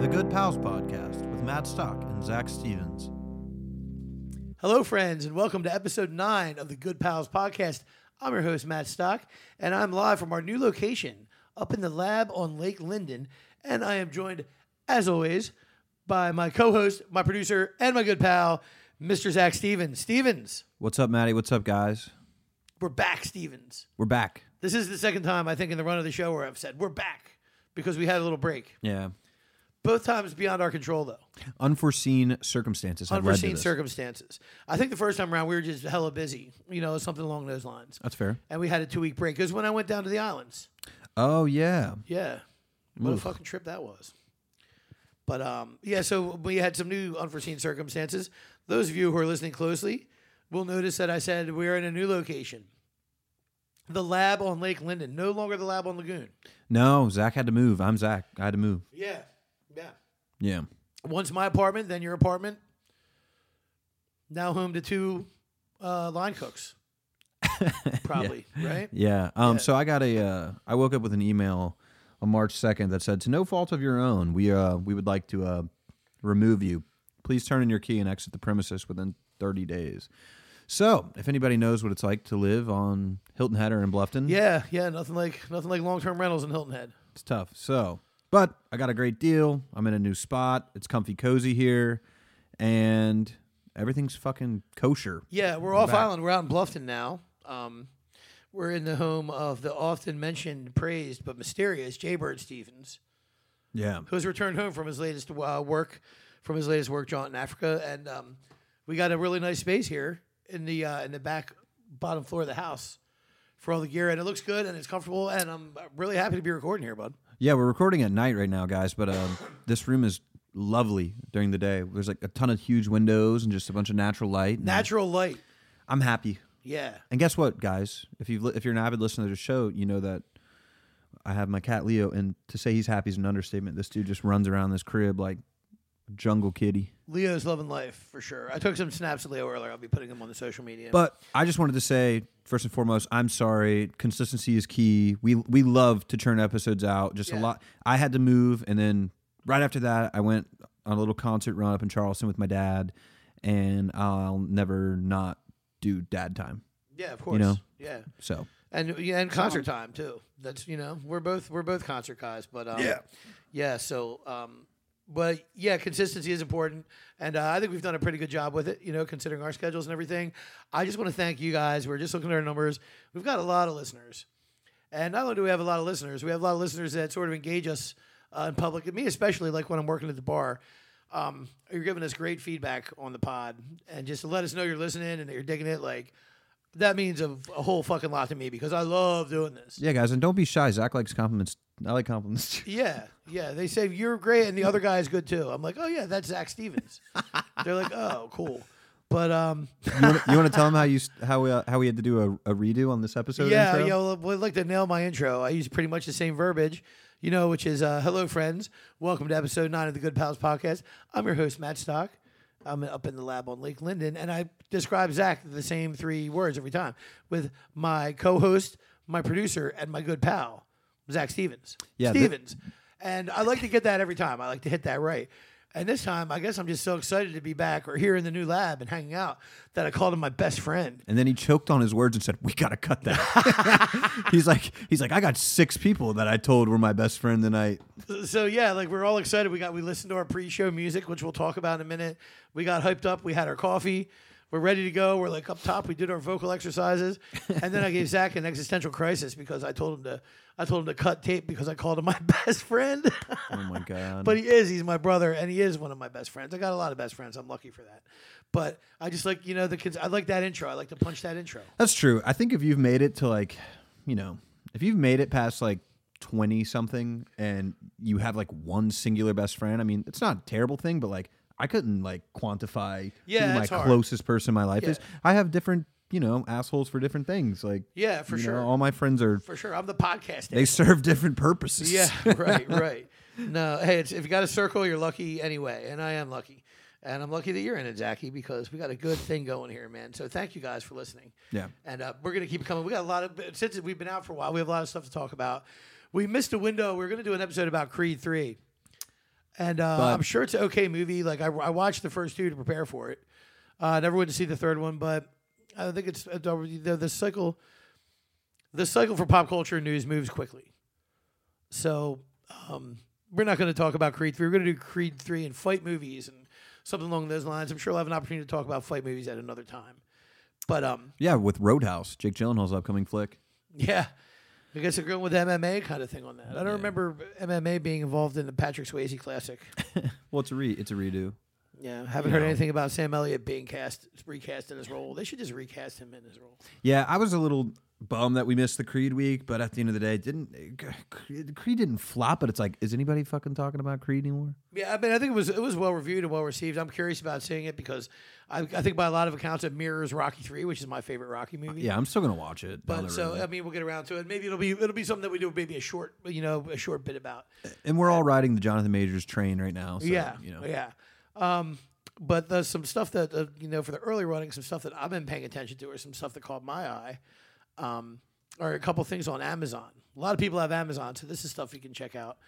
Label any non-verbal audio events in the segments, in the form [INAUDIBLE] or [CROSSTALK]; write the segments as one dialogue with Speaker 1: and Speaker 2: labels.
Speaker 1: The Good Pals Podcast with Matt Stock and Zach Stevens.
Speaker 2: Hello, friends, and welcome to episode nine of the Good Pals podcast. I'm your host, Matt Stock, and I'm live from our new location up in the lab on Lake Linden. And I am joined, as always, by my co host, my producer, and my good pal, Mr. Zach Stevens. Stevens,
Speaker 1: What's up, Maddie? What's up, guys?
Speaker 2: we're back, Stevens.
Speaker 1: We're back.
Speaker 2: This is the second time, I think, in the run of the show where I've said we're back because we had a little break.
Speaker 1: Yeah.
Speaker 2: Both times beyond our control, though.
Speaker 1: Unforeseen circumstances. have led to
Speaker 2: Unforeseen
Speaker 1: this.
Speaker 2: circumstances. I think the first time around, we were just hella busy, you know, something along those lines.
Speaker 1: That's fair.
Speaker 2: and we had a two week break. Because when I went down to the islands,
Speaker 1: Oh yeah.
Speaker 2: yeah, what a fucking trip that was. But um, yeah, so we had some new unforeseen circumstances. Those of you who are listening closely will notice that I said we are in a new location, the lab on Lake Linden, no longer the lab on Lagoon.
Speaker 1: No, Zach had to move. I'm Zach. I had to move.
Speaker 2: Yeah, yeah.
Speaker 1: Yeah.
Speaker 2: Once my apartment, then your apartment. Now home to two uh, line cooks, probably right.
Speaker 1: Yeah. Um. So I got a. Uh, I woke up with an email on March second that said, "To no fault of your own, we uh we would like to uh remove you. Please turn in your key and exit the premises within thirty days." So, if anybody knows what it's like to live on Hilton Head or in Bluffton,
Speaker 2: Yeah, yeah. Nothing like nothing like long term rentals in Hilton Head.
Speaker 1: It's tough. So, but I got a great deal. I'm in a new spot. It's comfy, cozy here, and everything's fucking kosher.
Speaker 2: Yeah, we're off island. We're out in Bluffton now. Um, we're in the home of the often mentioned, praised, but mysterious Jay Bird Stevens,
Speaker 1: Yeah.
Speaker 2: who has returned home from his latest uh, work, from his latest work jaunt in Africa, and um, we got a really nice space here in the uh, in the back bottom floor of the house for all the gear, and it looks good and it's comfortable, and I'm really happy to be recording here, bud.
Speaker 1: Yeah, we're recording at night right now, guys, but um, this room is lovely during the day. There's like a ton of huge windows and just a bunch of natural light. and
Speaker 2: Natural light,
Speaker 1: I'm happy.
Speaker 2: yeah.
Speaker 1: And guess what, guys? If you if you're an avid listener to the show, you know that I have my cat Leo, and to say he's happy is an understatement. This dude just runs around this crib like a jungle kitty.
Speaker 2: Leo's loving life for sure. I took some snaps of Leo earlier. I'll be putting them on the social media.
Speaker 1: But I just wanted to say, first and foremost, I'm sorry. Consistency is key. We we love to churn episodes out. Just a
Speaker 2: Yeah.
Speaker 1: lot. I had to move, and then right after that, I went on a little concert run up in Charleston with my dad, and I'll never not do dad time.
Speaker 2: yeah, of course,
Speaker 1: know.
Speaker 2: yeah.
Speaker 1: So
Speaker 2: and yeah, and concert time too. That's you know we're both we're both concert guys, but um, yeah, yeah. So, um, but yeah, consistency is important, and uh, I think we've done a pretty good job with it. You know, considering our schedules and everything. I just want to thank you guys. We're just looking at our numbers. We've got a lot of listeners, and not only do we have a lot of listeners, we have a lot of listeners that sort of engage us uh, in public. Me especially, like when I'm working at the bar. Um, you're giving us great feedback on the pod, and just to let us know you're listening and that you're digging it. Like that means a, a whole fucking lot to me because I love doing this.
Speaker 1: yeah, guys, and don't be shy. Zach likes compliments. I like compliments.
Speaker 2: [LAUGHS]
Speaker 1: too.
Speaker 2: Yeah, yeah. They say you're great and the other guy is good too. I'm like, oh yeah, that's Zach Stevens. They're like, oh cool. But um,
Speaker 1: you want to tell him how you s- how we, uh, how we had to do a, a redo on this episode?
Speaker 2: yeah,
Speaker 1: intro?
Speaker 2: you know, would like to nail my intro. I use pretty much the same verbiage, you know, which is uh, hello friends, welcome to episode nine of the Good Pals podcast. I'm your host Matt Stock. I'm up in the lab on Lake Linden, and I describe Zach the same three words every time with my co-host, my producer, and my good pal Zach Stevens.
Speaker 1: Yeah, thi-
Speaker 2: Stevens, and I like to get that every time. I like to hit that right. And this time, I guess I'm just so excited to be back or here in the new lab and hanging out that I called him my best friend.
Speaker 1: And then he choked on his words and said, "We gotta cut that." [LAUGHS] he's like, he's like, I got six people that I told were my best friend tonight.
Speaker 2: so yeah, like we're all excited. We got we listened to our pre-show music, which we'll talk about in a minute. We got hyped up. We had our coffee. We're ready to go. We're like up top. We did our vocal exercises, and then
Speaker 1: [LAUGHS]
Speaker 2: I gave Zach an existential crisis because I told him to I told him to cut tape because I called him my [LAUGHS] best friend.
Speaker 1: Oh
Speaker 2: [LAUGHS]
Speaker 1: my god!
Speaker 2: but he is. He's my brother, and he is one of my best friends. I got a lot of best friends. I'm lucky for that. But I just like you know the kids. I like that intro. I like to punch that intro.
Speaker 1: that's true. I think if you've made it to like, you know, if you've made it past like twenty something and you have like one singular best friend, I mean, it's not a terrible thing, but like, I couldn't like quantify
Speaker 2: Yeah,
Speaker 1: who my
Speaker 2: it's hard.
Speaker 1: closest person in my life is.
Speaker 2: Yeah.
Speaker 1: I have different you know assholes for different things. Like
Speaker 2: Yeah, for
Speaker 1: you know,
Speaker 2: sure.
Speaker 1: all my friends are
Speaker 2: For sure. I'm the podcast.
Speaker 1: they serve different purposes. [LAUGHS]
Speaker 2: [LAUGHS] Yeah, right, right. No, hey, it's, if you got a circle, you're lucky anyway, and I am lucky, and I'm lucky that you're in it, Zachy, because we got a good thing going here, man. So thank you guys for listening.
Speaker 1: Yeah.
Speaker 2: and uh, we're gonna keep it coming. We got a lot of since we've been out for a while, we have a lot of stuff to talk about. We missed a window. We are gonna do an episode about Creed three, and uh, I'm sure it's an okay movie. Like I, I watched the first two to prepare for it. Uh, I never went to see the third one, but I think it's uh, the, the cycle. The cycle for pop culture news moves quickly. So um, we're not going to talk about Creed three. We're going to do Creed three and fight movies and something along those lines. I'm sure I'll have an opportunity to talk about fight movies at another time. But um,
Speaker 1: Yeah, with Roadhouse, Jake Gyllenhaal's upcoming flick.
Speaker 2: yeah, I guess they're going with MMA kind of thing on that. I don't remember MMA being involved in the Patrick Swayze classic.
Speaker 1: Well, it's a re it's a redo.
Speaker 2: Yeah, haven't heard anything about Sam Elliott being cast recast in his role. They should just recast him in his role.
Speaker 1: Yeah, I was a little bummed that we missed the Creed week, but at the end of the day, it didn't Creed Creed didn't flop? But it's like, is anybody fucking talking about Creed anymore?
Speaker 2: Yeah, I mean, I think it was it was well reviewed and well received. I'm curious about seeing it because I, I think by a lot of accounts it mirrors Rocky Three, which is my favorite Rocky movie.
Speaker 1: Yeah, I'm still gonna watch it. down
Speaker 2: But
Speaker 1: the
Speaker 2: so
Speaker 1: road.
Speaker 2: I mean, we'll get around to it. Maybe it'll be it'll be something that we do maybe a short you know a short bit about.
Speaker 1: and we're all riding the Jonathan Majors train right now. So,
Speaker 2: yeah,
Speaker 1: you know,
Speaker 2: yeah. Um, but there's some stuff that uh, you know for the early running, some stuff that I've been paying attention to, or some stuff that caught my eye, um, are a couple things on Amazon. A lot of people have Amazon, so this is stuff you can check out.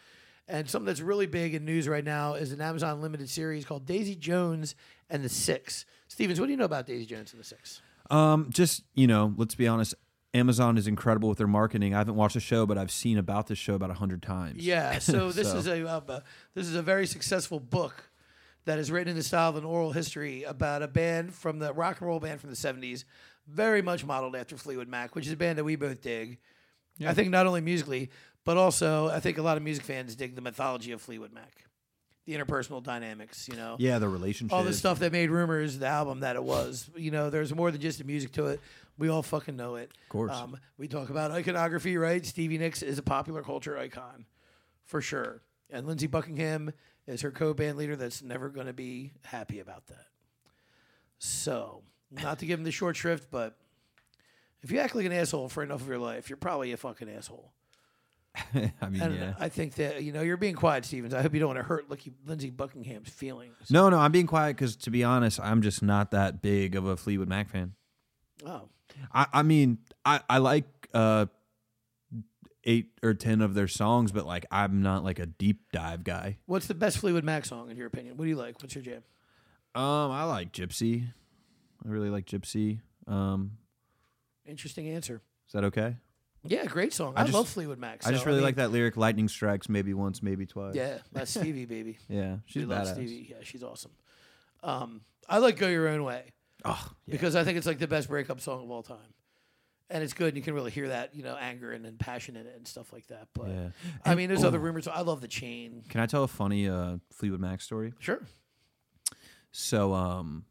Speaker 2: And something that's really big in news right now is an Amazon limited series called Daisy Jones and the Six. Stevens, what do you know about Daisy Jones and the Six?
Speaker 1: Um, just you know, let's be honest. Amazon is incredible with their marketing. I haven't watched the show, but I've seen about this show about hundred times.
Speaker 2: Yeah. So this
Speaker 1: So-
Speaker 2: is a uh, uh, this is a very successful book that is written in the style of an oral history about a band from the rock and roll band from the '70s, very much modeled after Fleetwood Mac, which is a band that we both dig. I think not only musically, but also I think a lot of music fans dig the mythology of Fleetwood Mac, the interpersonal dynamics. You know,
Speaker 1: yeah, the relationship.
Speaker 2: all the
Speaker 1: [LAUGHS]
Speaker 2: stuff that made rumors the album that it was. You know, there's more than just the music to it. We all fucking know it. Of
Speaker 1: course.
Speaker 2: Um, we talk about iconography, right? Stevie Nicks is a popular culture icon, for sure. And Lindsey Buckingham is her co-band leader. That's never going to be happy about that. So, not to give him the short shrift, but if you act like an asshole for enough of your life, you're probably a fucking asshole.
Speaker 1: I mean,
Speaker 2: And
Speaker 1: yeah.
Speaker 2: I think that you know you're being quiet, Stevens. I hope you don't want to hurt Licky- Lindsey Buckingham's feelings.
Speaker 1: No, no, I'm being quiet because to be honest, I'm just not that big of a Fleetwood Mac fan.
Speaker 2: Oh,
Speaker 1: I, I mean, I, I like uh, eight or ten of their songs, but like I'm not like a deep dive guy.
Speaker 2: What's the best Fleetwood Mac song in your opinion? What do you like? What's your jam?
Speaker 1: Um, I like Gypsy. I really like Gypsy. Um,
Speaker 2: Interesting answer.
Speaker 1: is that okay?
Speaker 2: Yeah, great song. I,
Speaker 1: just-
Speaker 2: love Fleetwood Mac.
Speaker 1: I just
Speaker 2: so,
Speaker 1: really
Speaker 2: mean,
Speaker 1: like that lyric. Lightning strikes maybe once, maybe twice.
Speaker 2: Yeah,
Speaker 1: [LAUGHS]
Speaker 2: that's Stevie, baby.
Speaker 1: yeah. She's
Speaker 2: we love
Speaker 1: badass.
Speaker 2: Stevie. Yeah, she's awesome. Um, I like Go Your Own Way
Speaker 1: Oh, yeah.
Speaker 2: because I think it's like the best breakup song of all time, and it's good. and You can really hear that, you know, anger and, and passion in it and stuff like that. But
Speaker 1: Yeah.
Speaker 2: I mean, there's other rumors. I love the chain.
Speaker 1: Can I tell a funny uh, Fleetwood Mac story?
Speaker 2: Sure.
Speaker 1: So, um,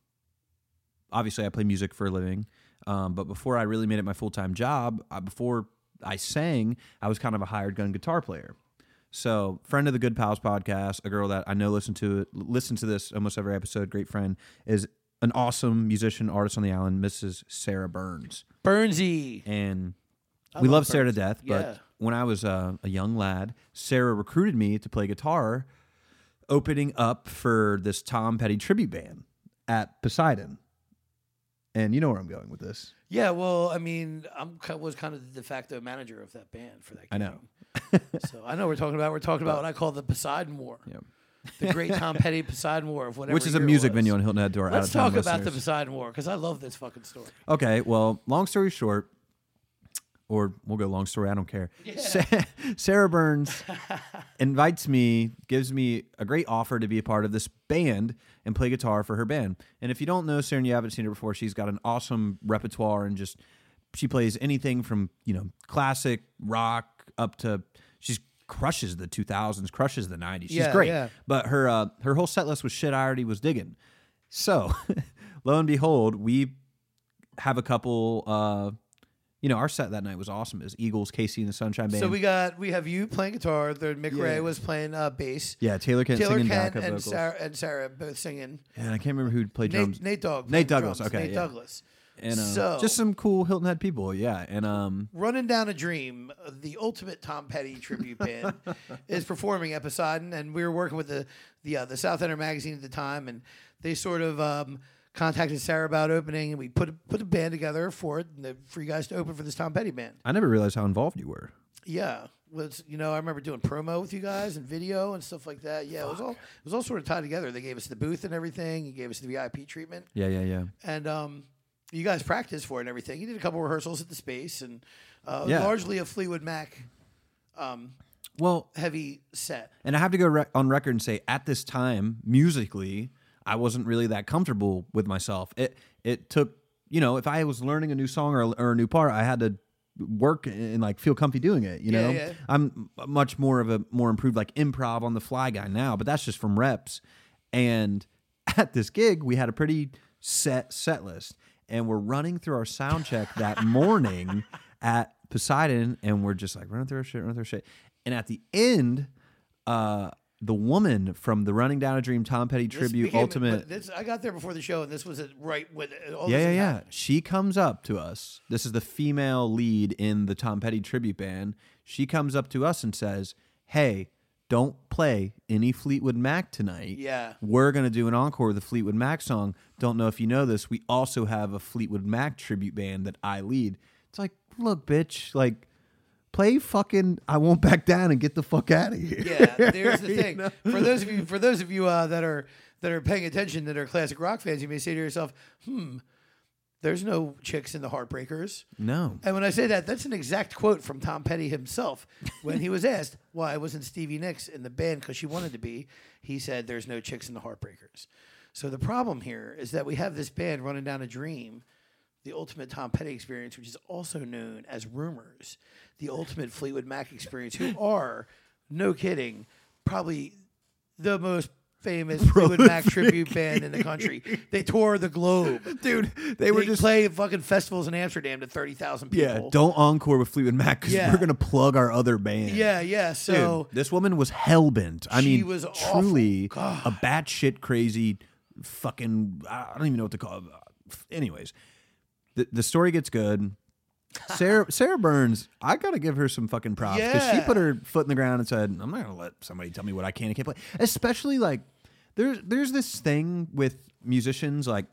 Speaker 1: obviously, I play music for a living. Um, but before I really made it my full time job, I, before I sang, I was kind of a hired gun guitar player. So, friend of the Good Pals podcast, a girl that I know listened to it, listen to this almost every episode, great friend, is an awesome musician, artist on the island, Mrs. Sarah Burns.
Speaker 2: Burnsy.
Speaker 1: And we love, Sarah to death,
Speaker 2: Yeah.
Speaker 1: but when I was uh, a young lad, Sarah recruited me to play guitar, opening up for this Tom Petty tribute band at Poseidon. And you know where I'm going with this.
Speaker 2: Yeah. Well, I mean, I'm ki- was kind of the de facto manager of that band for that.
Speaker 1: I know.
Speaker 2: So I know what we're talking about. We're talking about what I call the Poseidon War,
Speaker 1: Yep.
Speaker 2: the
Speaker 1: [LAUGHS]
Speaker 2: Great Tom Petty Poseidon War of whatever.
Speaker 1: Which is a
Speaker 2: year it
Speaker 1: music
Speaker 2: was.
Speaker 1: venue on Hilton Head to our
Speaker 2: Let's
Speaker 1: out-of-town
Speaker 2: talk about the
Speaker 1: listeners.
Speaker 2: Poseidon War because I love this fucking story.
Speaker 1: Okay, well, long story short, or we'll go long story, I don't care. Sa- Sarah
Speaker 2: [LAUGHS]
Speaker 1: Burns invites me, gives me a great offer to be a part of this band and play guitar for her band. And if you don't know Sarah and you haven't seen her before, she's got an awesome repertoire and just she plays anything from, you know, classic rock up to she's crushes the 2000s, crushes the 90s. She's
Speaker 2: Yeah,
Speaker 1: great.
Speaker 2: yeah.
Speaker 1: But her uh, her whole set list was shit I already was digging. So, [LAUGHS] lo and behold, we have a couple. Uh, you know, our set that night was awesome. It was Eagles, Casey and the Sunshine Band.
Speaker 2: So we got we have you playing guitar. There, Mick Ray
Speaker 1: Yeah.
Speaker 2: was playing uh, bass.
Speaker 1: yeah, Taylor Kent
Speaker 2: Taylor
Speaker 1: singing
Speaker 2: Kent
Speaker 1: backup
Speaker 2: and
Speaker 1: vocals.
Speaker 2: Sarah, and Sarah both singing.
Speaker 1: and I can't remember who played drums.
Speaker 2: Nate, Nate Dogg.
Speaker 1: Nate
Speaker 2: played
Speaker 1: Douglas,
Speaker 2: drums.
Speaker 1: okay,
Speaker 2: Nate
Speaker 1: yeah.
Speaker 2: Douglas.
Speaker 1: and uh,
Speaker 2: So-
Speaker 1: just some cool Hilton Head people. Yeah, and um,
Speaker 2: Running Down a Dream, uh, the ultimate Tom Petty tribute band, is performing at Poseidon, and we were working with the the uh, the South Ender magazine at the time, and they sort of um, contacted Sarah about opening, and we put put a band together for it, and the, for you guys to open for this Tom Petty band.
Speaker 1: I never realized how involved you were.
Speaker 2: Yeah, was you know I remember doing promo with you guys and video and stuff like that. Yeah, it was all it was all sort of tied together. They gave us the booth and everything. You gave us the VIP treatment
Speaker 1: Yeah, yeah, yeah.
Speaker 2: and um, you guys practiced for it and everything. You did a couple rehearsals at the space, and uh,
Speaker 1: Yeah.
Speaker 2: largely a Fleetwood Mac um,
Speaker 1: Well,
Speaker 2: heavy set.
Speaker 1: and I have to go rec- on record and say at this time musically, I wasn't really that comfortable with myself. It it took you know if I was learning a new song or, or a new part, I had to work and like feel comfy doing it. You
Speaker 2: Yeah,
Speaker 1: know,
Speaker 2: yeah.
Speaker 1: I'm m- much more of a more improved like improv on the fly guy now, but that's just from reps. And [LAUGHS] at this gig, we had a pretty set set list, and we're running through our sound check
Speaker 2: [LAUGHS]
Speaker 1: that morning at Poseidon, and we're just like running through our shit, running through our shit. And at the end, uh, the woman from the Running Down a Dream Tom Petty
Speaker 2: This
Speaker 1: tribute
Speaker 2: became-
Speaker 1: ultimate,
Speaker 2: This, I got there before the show, and this was it right when all
Speaker 1: yeah,
Speaker 2: this
Speaker 1: yeah,
Speaker 2: had
Speaker 1: yeah.
Speaker 2: happened.
Speaker 1: She comes up to us. This is the female lead in the Tom Petty tribute band. She comes up to us and says, "Hey, don't play any Fleetwood Mac tonight.
Speaker 2: Yeah.
Speaker 1: we're gonna do an encore of the Fleetwood Mac song. Don't know if you know this. We also have a Fleetwood Mac tribute band that I lead. It's like, look, bitch, like." Play fucking I won't back down and get the fuck out of here. [LAUGHS]
Speaker 2: yeah, there's the thing. For those of you, for those of you uh, that are that are paying attention, that are classic rock fans, you may say to yourself, "Hmm, there's no chicks in the Heartbreakers."
Speaker 1: No.
Speaker 2: And when I say that, that's an exact quote from Tom Petty himself when he was asked why wasn't Stevie Nicks in the band because she wanted to be. He said, "There's no chicks in the Heartbreakers." So the problem here is that we have this band running down a dream, the ultimate Tom Petty experience, which is also known as Rumors, the ultimate Fleetwood Mac experience, who are, no kidding, probably the most
Speaker 1: [LAUGHS]
Speaker 2: famous Fleetwood Mac tribute band in the country. They tore the globe.
Speaker 1: Dude, they
Speaker 2: They play fucking festivals in Amsterdam to thirty thousand people.
Speaker 1: Yeah, don't encore with Fleetwood Mac because
Speaker 2: Yeah.
Speaker 1: we're gonna plug our other band.
Speaker 2: Yeah, yeah.
Speaker 1: Dude,
Speaker 2: So
Speaker 1: this woman was hell bent. I
Speaker 2: She
Speaker 1: mean,
Speaker 2: was awful.
Speaker 1: truly a batshit crazy, fucking. I I don't even know what to call. it. Anyways, the the story gets good.
Speaker 2: [LAUGHS]
Speaker 1: Sarah Sarah Burns, I gotta give her some fucking props because she
Speaker 2: Yeah.
Speaker 1: put her foot in the ground and said, "I'm not gonna let somebody tell me what I can and can't play." Especially like there's there's this thing with musicians like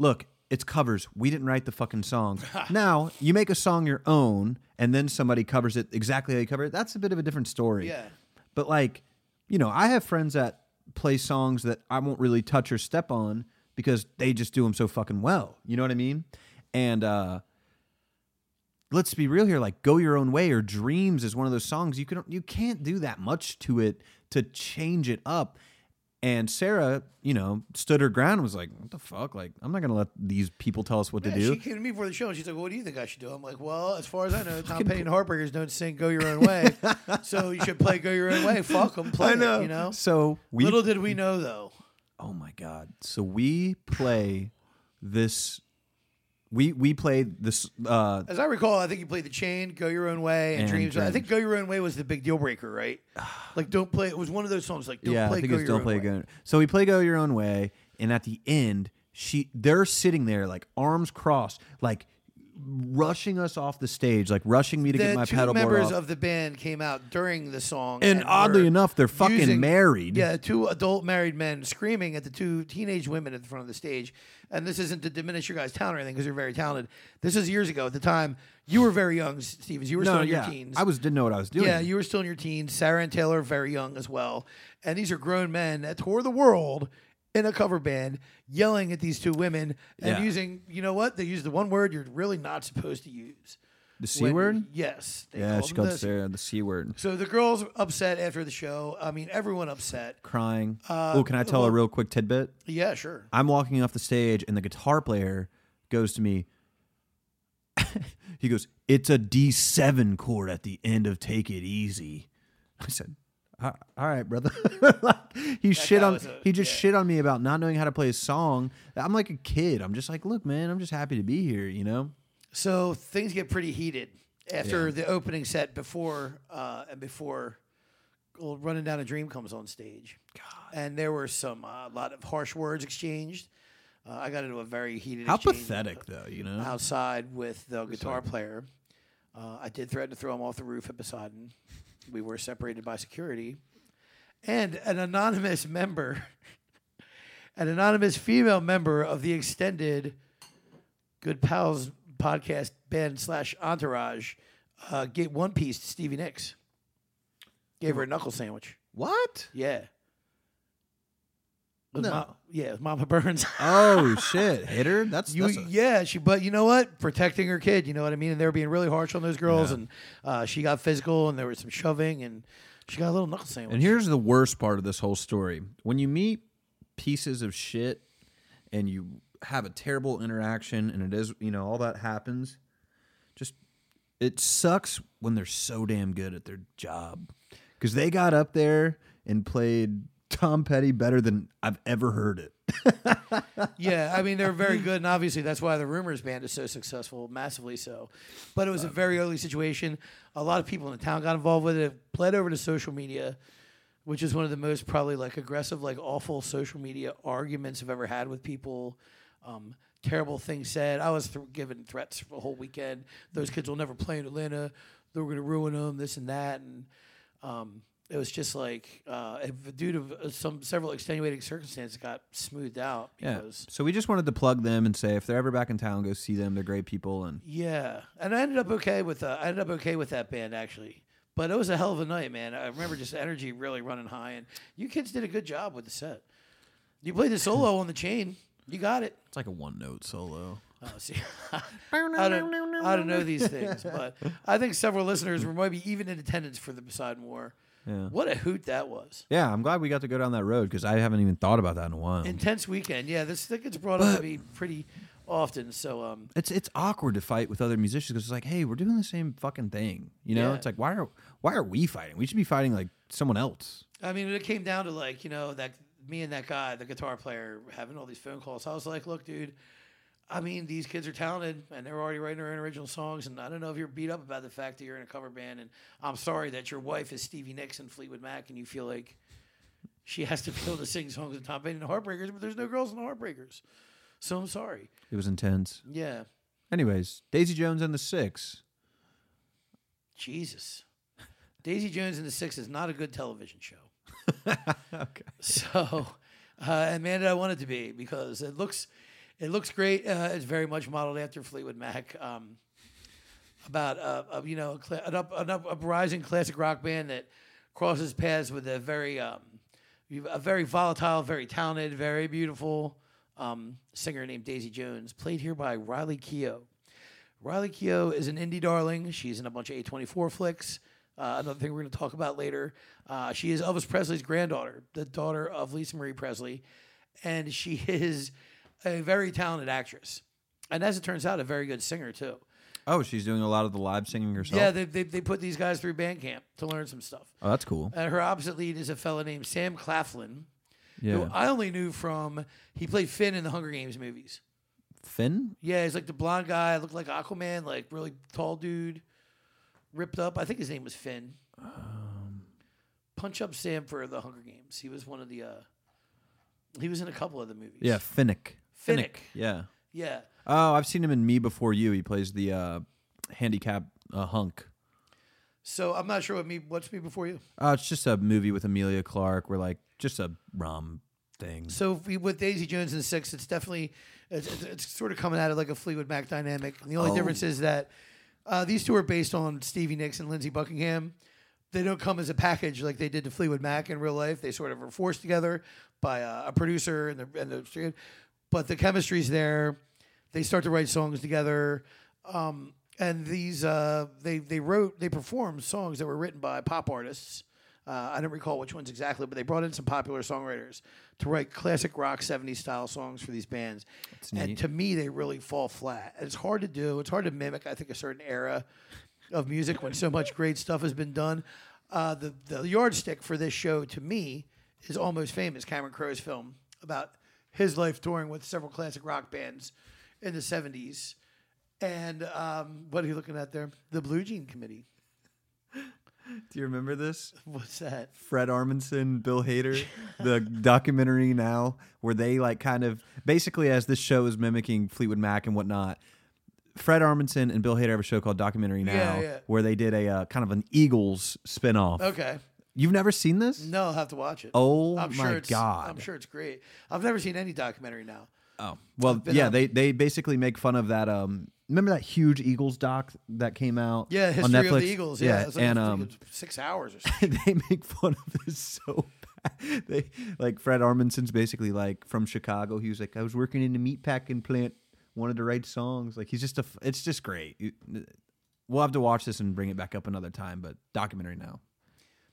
Speaker 1: look, it's covers. We didn't write the fucking
Speaker 2: [LAUGHS]
Speaker 1: song. now you make a song your own, and then somebody covers it exactly how you cover it. That's a bit of a different story.
Speaker 2: Yeah.
Speaker 1: But like, you know, I have friends that play songs that I won't really touch or step on because they just do them so fucking well. You know what I mean? And uh, let's be real here. Like, go your own way or dreams is one of those songs you can you can't do that much to it to change it up. And Sarah, you know, stood her ground and was like, what the fuck? Like, I'm not going to let these people tell us what
Speaker 2: yeah,
Speaker 1: to do. [LAUGHS]
Speaker 2: she came to me for the show and she's like, "What do you think I should do?" I'm like, "Well, as far as I know, Tom Petty and Heartbreakers don't sing "Go
Speaker 1: [LAUGHS]
Speaker 2: Your Own Way," so you should play "Go Your Own Way." Fuck them, play it. You know.
Speaker 1: So we
Speaker 2: Little did we know, though.
Speaker 1: Oh my god! So we play this. We we played this. Uh,
Speaker 2: As I recall, I think you played the chain, "Go Your Own Way," and,
Speaker 1: And
Speaker 2: Dreams. I
Speaker 1: Dreams.
Speaker 2: think "Go Your Own Way" was the big deal
Speaker 1: [SIGHS]
Speaker 2: breaker, right? like, don't play. It was one of those songs like, "Don't
Speaker 1: yeah,
Speaker 2: play."
Speaker 1: I think
Speaker 2: go
Speaker 1: it's
Speaker 2: your
Speaker 1: don't
Speaker 2: own
Speaker 1: play
Speaker 2: way.
Speaker 1: go. So we play go your own way, and at the end, she they're sitting there like arms crossed, like rushing us off the stage, like rushing me to get
Speaker 2: The
Speaker 1: my
Speaker 2: two
Speaker 1: pedal board
Speaker 2: members
Speaker 1: off.
Speaker 2: of the band came out during the song,
Speaker 1: and oddly
Speaker 2: were-
Speaker 1: enough, they're fucking
Speaker 2: using-
Speaker 1: married.
Speaker 2: Yeah, two adult married men screaming at the two teenage women at the front of the stage. And this isn't to diminish your guys' talent or anything because you're very talented. This is years ago. At the time, you were very young, Stevens. You were
Speaker 1: No,
Speaker 2: still in
Speaker 1: yeah.
Speaker 2: your teens.
Speaker 1: I was didn't know what I was doing.
Speaker 2: yeah, you were still in your teens. Sarah and Taylor are very young as well. And these are grown men that tour the world in a cover band yelling at these two women and
Speaker 1: Yeah.
Speaker 2: using, you know what? They used the one word you're really not supposed to use.
Speaker 1: the c
Speaker 2: When-
Speaker 1: word.
Speaker 2: Yes. They
Speaker 1: Yeah, she
Speaker 2: them
Speaker 1: called
Speaker 2: the-
Speaker 1: Sarah the c word.
Speaker 2: So the girls upset after the show. I mean, everyone upset.
Speaker 1: Crying.
Speaker 2: Uh,
Speaker 1: oh, can I tell a real quick tidbit?
Speaker 2: Yeah, sure.
Speaker 1: I'm walking off the stage and the guitar player goes to me. [LAUGHS] he goes, "It's a D7 chord at the end of Take It Easy." I said, "A- "All right, brother." [LAUGHS] like he shit
Speaker 2: guy
Speaker 1: on
Speaker 2: was a-
Speaker 1: he just
Speaker 2: yeah.
Speaker 1: shit on me about not knowing how to play a song. I'm like a kid. I'm just like, "Look, man, I'm just happy to be here," you know?
Speaker 2: So things get pretty heated after the opening set before uh, and before old running uh, down a dream comes on stage. God. And there were some a lot of harsh words exchanged. Uh, I got into a very heated.
Speaker 1: How
Speaker 2: exchange
Speaker 1: pathetic, though, you know?
Speaker 2: outside with the guitar player. Uh, I did threaten to throw him off the roof at Poseidon. We were separated by security, and an anonymous member, [LAUGHS] an anonymous female member of the extended Good Pals podcast band slash entourage, uh, gave one piece to Stevie Nicks. Gave her a knuckle sandwich. [LAUGHS]
Speaker 1: what?
Speaker 2: Yeah. With
Speaker 1: No.
Speaker 2: Ma- yeah, with Mama Burns. [LAUGHS]
Speaker 1: Oh shit! Hit her? That's,
Speaker 2: You,
Speaker 1: that's a-
Speaker 2: yeah, she. But you know what? Protecting her kid. You know what I mean. And they were being really harsh on those girls,
Speaker 1: Yeah.
Speaker 2: and uh, she got physical, and there was some shoving, and she got a little knuckle sandwich.
Speaker 1: And here's the worst part of this whole story. When you meet pieces of shit and you have a terrible interaction and it is, you know, all that happens, just it sucks when they're so damn good at their job. Cuz they got up there and played Tom Petty better than I've ever heard it.
Speaker 2: yeah, I mean they're very good, and obviously that's why the Rumors band is so successful, massively so. But it was a very early situation. A lot of people in the town got involved with it. It bled over to social media, which is one of the most probably like aggressive, like awful social media arguments I've ever had with people. Um, terrible things said. I was th- given threats for a whole weekend. Those kids will never play in Atlanta. They were going to ruin them. This and that, and um, it was just like uh, if- due to uh, some several extenuating circumstances, it got smoothed out because.
Speaker 1: So we just wanted to plug them and say if they're ever back in town, go see them. They're great people and
Speaker 2: Yeah, and I ended up okay with uh, I ended up okay with that band actually, but it was a hell of a night, man. I remember just energy really running high, and you kids did a good job with the set. You played the solo on the chain. You got it.
Speaker 1: it's like a one-note solo.
Speaker 2: Oh, see, [LAUGHS] I don't, I don't know these things, but I think several listeners were maybe even in attendance for the Poseidon War.
Speaker 1: Yeah.
Speaker 2: What a hoot that was!
Speaker 1: Yeah, I'm glad we got to go down that road cuz I haven't even thought about that in a while.
Speaker 2: Intense weekend. Yeah, this that gets brought up to me pretty often. So, um,
Speaker 1: it's it's awkward to fight with other musicians because it's like, hey, we're doing the same fucking thing. You know,
Speaker 2: Yeah.
Speaker 1: it's like why are why are we fighting? We should be fighting like someone else.
Speaker 2: I mean, it came down to like you know that me and that guy, the guitar player, having all these phone calls. I was like, look, dude. I mean, these kids are talented, and they're already writing their own original songs. And I don't know if you're beat up about the fact that you're in a cover band. And I'm sorry that your wife is Stevie Nicks and Fleetwood Mac, and you feel like she has to be able to sing songs with Tom Petty and the Heartbreakers, but there's no girls in the Heartbreakers. So I'm sorry.
Speaker 1: It was intense.
Speaker 2: Yeah,
Speaker 1: Anyways, Daisy Jones and the Six.
Speaker 2: Jesus. Daisy Jones and the Six is not a good television show.
Speaker 1: okay.
Speaker 2: So, uh, and man, did I want it to be because it looks, it looks great. Uh, it's very much modeled after Fleetwood Mac. Um, about uh, uh, you know cla an, up, an up, uprising classic rock band that crosses paths with a very um, a very volatile, very talented, very beautiful um, singer named Daisy Jones, played here by Riley Keough. Riley Keough is an indie darling. She's in a bunch of A24 flicks. Uh, another thing we're going to talk about later. Uh, she is Elvis Presley's granddaughter, the daughter of Lisa Marie Presley, and she [LAUGHS] is a very talented actress, and as it turns out, a very good singer too.
Speaker 1: Oh, she's doing a lot of the live singing herself.
Speaker 2: Yeah, they, they, they put these guys through band camp to learn some stuff.
Speaker 1: oh, that's cool.
Speaker 2: Uh, her opposite lead is a fella named Sam Claflin, who
Speaker 1: Yeah.
Speaker 2: I only knew from he played Finn in the Hunger Games movies.
Speaker 1: Finn.
Speaker 2: Yeah, he's like the blonde guy, looked like Aquaman, like really tall dude, ripped up. I think his name was Finn. Punch up Sam for the Hunger Games. He was one of the. uh He was in a couple of the movies.
Speaker 1: Yeah, Finnick.
Speaker 2: Finnick.
Speaker 1: Yeah.
Speaker 2: yeah.
Speaker 1: Oh, I've seen him in Me Before You. He plays the uh, handicap uh, hunk.
Speaker 2: So I'm not sure what me what's me before you.
Speaker 1: Uh, it's just a movie with Amelia Clark. We're like just a rom thing.
Speaker 2: So if we- with Daisy Jones and the Six, it's definitely it's, it's, it's sort of coming out of like a Fleetwood Mac dynamic. And the only
Speaker 1: Oh.
Speaker 2: difference is that uh, these two are based on Stevie Nicks and Lindsey Buckingham. They don't come as a package like they did to Fleetwood Mac in real life. They sort of are forced together by uh, a producer and the and the, but the chemistry's there. They start to write songs together. Um, and these uh, they they wrote they performed songs that were written by pop artists. Uh, I don't recall which ones exactly, but they brought in some popular songwriters to write classic rock 70s style songs for these bands. And
Speaker 1: neat.
Speaker 2: to me, they really fall flat. It's hard to do. It's hard to mimic, I think, a certain era of music when so much great stuff has been done. Uh, the, the yardstick for this show, to me, is almost famous Cameron Crowe's film about his life touring with several classic rock bands in the 70s. And um, what are you looking at there? The Blue Jean Committee.
Speaker 1: Do you remember this?
Speaker 2: What's that?
Speaker 1: Fred Armisen, Bill Hader, the documentary now, where they like kind of basically as this show is mimicking Fleetwood Mac and whatnot. Fred Armisen and Bill Hader have a show called Documentary Now,
Speaker 2: Yeah, yeah.
Speaker 1: where they did a uh, kind of an Eagles spinoff. off.
Speaker 2: Okay.
Speaker 1: You've never seen this?
Speaker 2: No, I'll have to watch it.
Speaker 1: Oh
Speaker 2: I'm
Speaker 1: my
Speaker 2: sure it's,
Speaker 1: God.
Speaker 2: I'm sure it's great. I've never seen any documentary now.
Speaker 1: Oh well,
Speaker 2: been
Speaker 1: yeah.
Speaker 2: on-
Speaker 1: They they basically make fun of that. Um, remember that huge Eagles doc that came out?
Speaker 2: Yeah,
Speaker 1: on
Speaker 2: history
Speaker 1: Netflix?
Speaker 2: of the Eagles. Yeah, it's like
Speaker 1: and
Speaker 2: freaking
Speaker 1: um,
Speaker 2: six hours or something.
Speaker 1: [LAUGHS] they make fun of this so bad. They like Fred Arminsen's basically like from Chicago. He was like, I was working in the meatpacking plant, wanted to write songs. Like he's just a, f- it's just great. You- We'll have to watch this and bring it back up another time, but documentary now.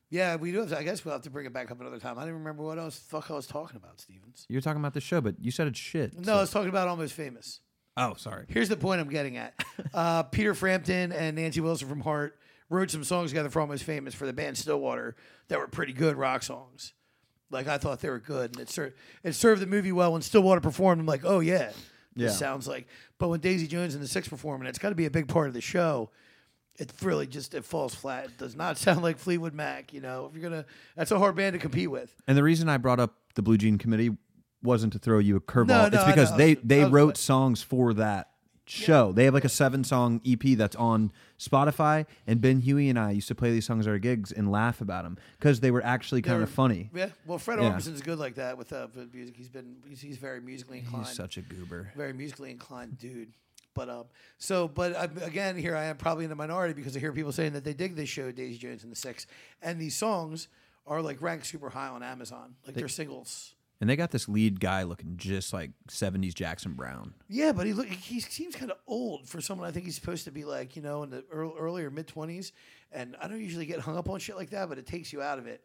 Speaker 2: Yeah, we do. Have to, I guess we'll have to bring it back up another time. I didn't remember what else the fuck I was talking about, Stevens.
Speaker 1: You're talking about the show, but you said it's shit.
Speaker 2: No,
Speaker 1: so-
Speaker 2: I was talking about Almost Famous.
Speaker 1: Oh, sorry.
Speaker 2: Here's the point I'm
Speaker 1: [LAUGHS]
Speaker 2: getting at. Uh, Peter Frampton and Nancy Wilson from Heart wrote some songs together for Almost Famous for the band Stillwater that were pretty good rock songs. Like I thought they were good, and it served it served the movie well. When Stillwater performed, I'm like, oh yeah, this
Speaker 1: Yeah.
Speaker 2: sounds like. But when Daisy Jones and the Six perform, and it's got to be a big part of the show. It really just it falls flat. It does not [LAUGHS] sound like Fleetwood Mac. You know, if you're gonna, that's a hard band to compete with.
Speaker 1: And the reason I brought up the Blue Jean Committee wasn't to throw you a curveball.
Speaker 2: No,
Speaker 1: it's
Speaker 2: no,
Speaker 1: because
Speaker 2: no.
Speaker 1: they they
Speaker 2: Okay.
Speaker 1: wrote songs for that show. They have like a seven song EP that's on Spotify. And Ben Huey and I used to play these songs at our gigs and laugh about them because they were actually kind
Speaker 2: were-
Speaker 1: of funny.
Speaker 2: Yeah. Well, Fred
Speaker 1: Yeah.
Speaker 2: Armisen's good like that with uh, with music. He's been he's, he's very musically inclined.
Speaker 1: He's such a goober.
Speaker 2: very musically inclined dude. But um, so but I, again, here I am probably in the minority because I hear people saying that they dig this show, Daisy Jones and the Six, and these songs are like ranked super high on Amazon, like they, are singles.
Speaker 1: And they got this lead guy looking just like '70s Jackson Brown.
Speaker 2: Yeah, but he look he seems kind of old for someone. I think he's supposed to be like you know in the early, earlier mid twenties, and I don't usually get hung up on shit like that, but it takes you out of it.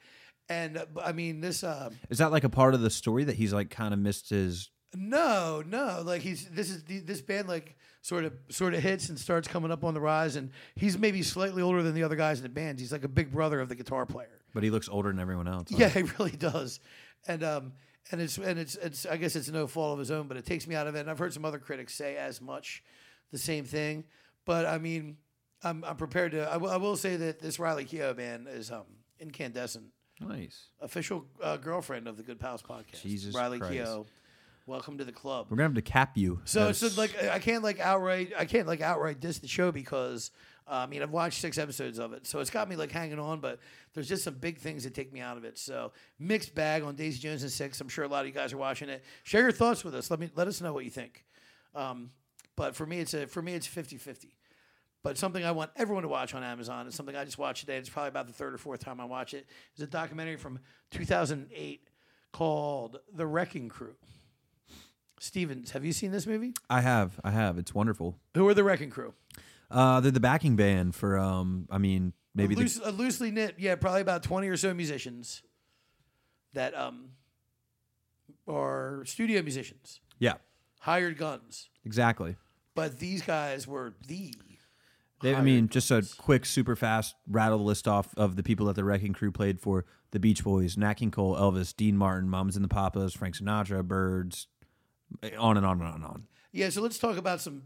Speaker 2: And uh, but, I mean this. Um,
Speaker 1: Is that like a part of the story that he's like kind of missed his?
Speaker 2: No, no. Like he's this is the, this band like sort of sort of hits and starts coming up on the rise, and he's maybe slightly older than the other guys in the band. He's like a big brother of the guitar player.
Speaker 1: But he looks older than everyone else. huh?
Speaker 2: Yeah, he really does. And um and it's and it's it's I guess it's no fault of his own, but it takes me out of it. And I've heard some other critics say as much, the same thing. But I mean, I'm I'm prepared to. I will- I will say that this Riley Keough band is um incandescent
Speaker 1: Nice.
Speaker 2: official uh, girlfriend of the Good Pals podcast.
Speaker 1: Jesus
Speaker 2: Riley
Speaker 1: Christ.
Speaker 2: Keough, welcome to the club.
Speaker 1: We're gonna have to cap you.
Speaker 2: So
Speaker 1: as-
Speaker 2: it's just like I can't like outright I can't like outright diss the show because uh, I mean I've watched six episodes of it, so it's got me like hanging on. But there's just some big things that take me out of it. So mixed bag on Daisy Jones and Six. I'm sure a lot of you guys are watching it. Share your thoughts with us. Let me let us know what you think. Um, but for me, it's a for me it's 50-50. But something I want everyone to watch on Amazon and something I just watched today. and It's probably about the third or fourth time I watch it. Is a documentary from 2008 called The Wrecking Crew. Stevens, have you seen this movie?
Speaker 1: I have, I have. It's wonderful.
Speaker 2: Who are the Wrecking Crew?
Speaker 1: Uh, they're the backing band for um. I mean, maybe the
Speaker 2: Loose, a loosely knit, yeah, probably about twenty or so musicians that um are studio musicians,
Speaker 1: yeah,
Speaker 2: hired guns.
Speaker 1: exactly.
Speaker 2: But these guys were the.
Speaker 1: They, I
Speaker 2: hired
Speaker 1: mean, just a
Speaker 2: guns.
Speaker 1: quick, super fast rattle the list off of the people that the Wrecking Crew played for: the Beach Boys, Nat King Cole, Elvis, Dean Martin, Mamas and the Papas, Frank Sinatra, Birds, eh, on and on and on and on.
Speaker 2: yeah. So let's talk about some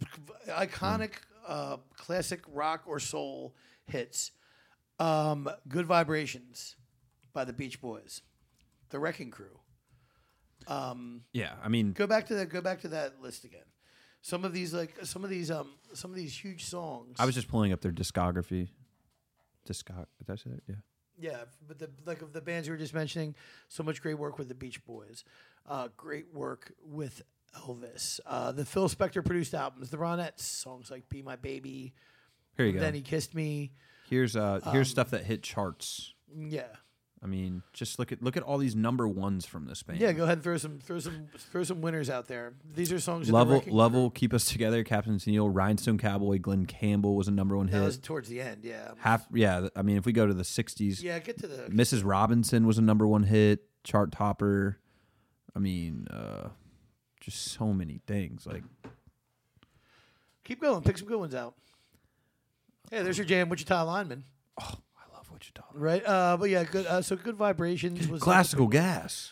Speaker 2: iconic,
Speaker 1: Hmm.
Speaker 2: uh, classic rock or soul hits. Um, "Good Vibrations" by the Beach Boys, the Wrecking Crew.
Speaker 1: Yeah, I mean,
Speaker 2: Go back to that. Go back to that list again. Some of these, like some of these, um, some of these huge songs.
Speaker 1: I was just pulling up their discography. Discog, did I say that? Yeah.
Speaker 2: Yeah, but the like of the bands you were just mentioning, so much great work with the Beach Boys, uh, great work with Elvis, uh, the Phil Spector produced albums, the Ronettes, songs like "Be My Baby,"
Speaker 1: Here you go.
Speaker 2: "Then He um, Kissed Me,"
Speaker 1: here's uh, here's stuff that hit charts.
Speaker 2: yeah,
Speaker 1: I mean, just look at look at all these number ones from this band.
Speaker 2: yeah. Go ahead and throw some throw some throw some winners out there. These are songs. that the
Speaker 1: Level,
Speaker 2: Wrecking Crew-
Speaker 1: level, keep us together. Captain Neil, Rhinestone Cowboy, Glenn Campbell was a number one hit.
Speaker 2: That was towards the end. Yeah,
Speaker 1: half yeah th- i mean if we go to the 60s
Speaker 2: yeah. Get to the
Speaker 1: mrs robinson was a number one hit chart topper i mean uh just so many things like
Speaker 2: keep going. Pick some good ones out. Hey, there's your jam, Wichita lineman,
Speaker 1: i love wichita
Speaker 2: right? Uh, but yeah, good. Uh, so good vibrations was
Speaker 1: classical gas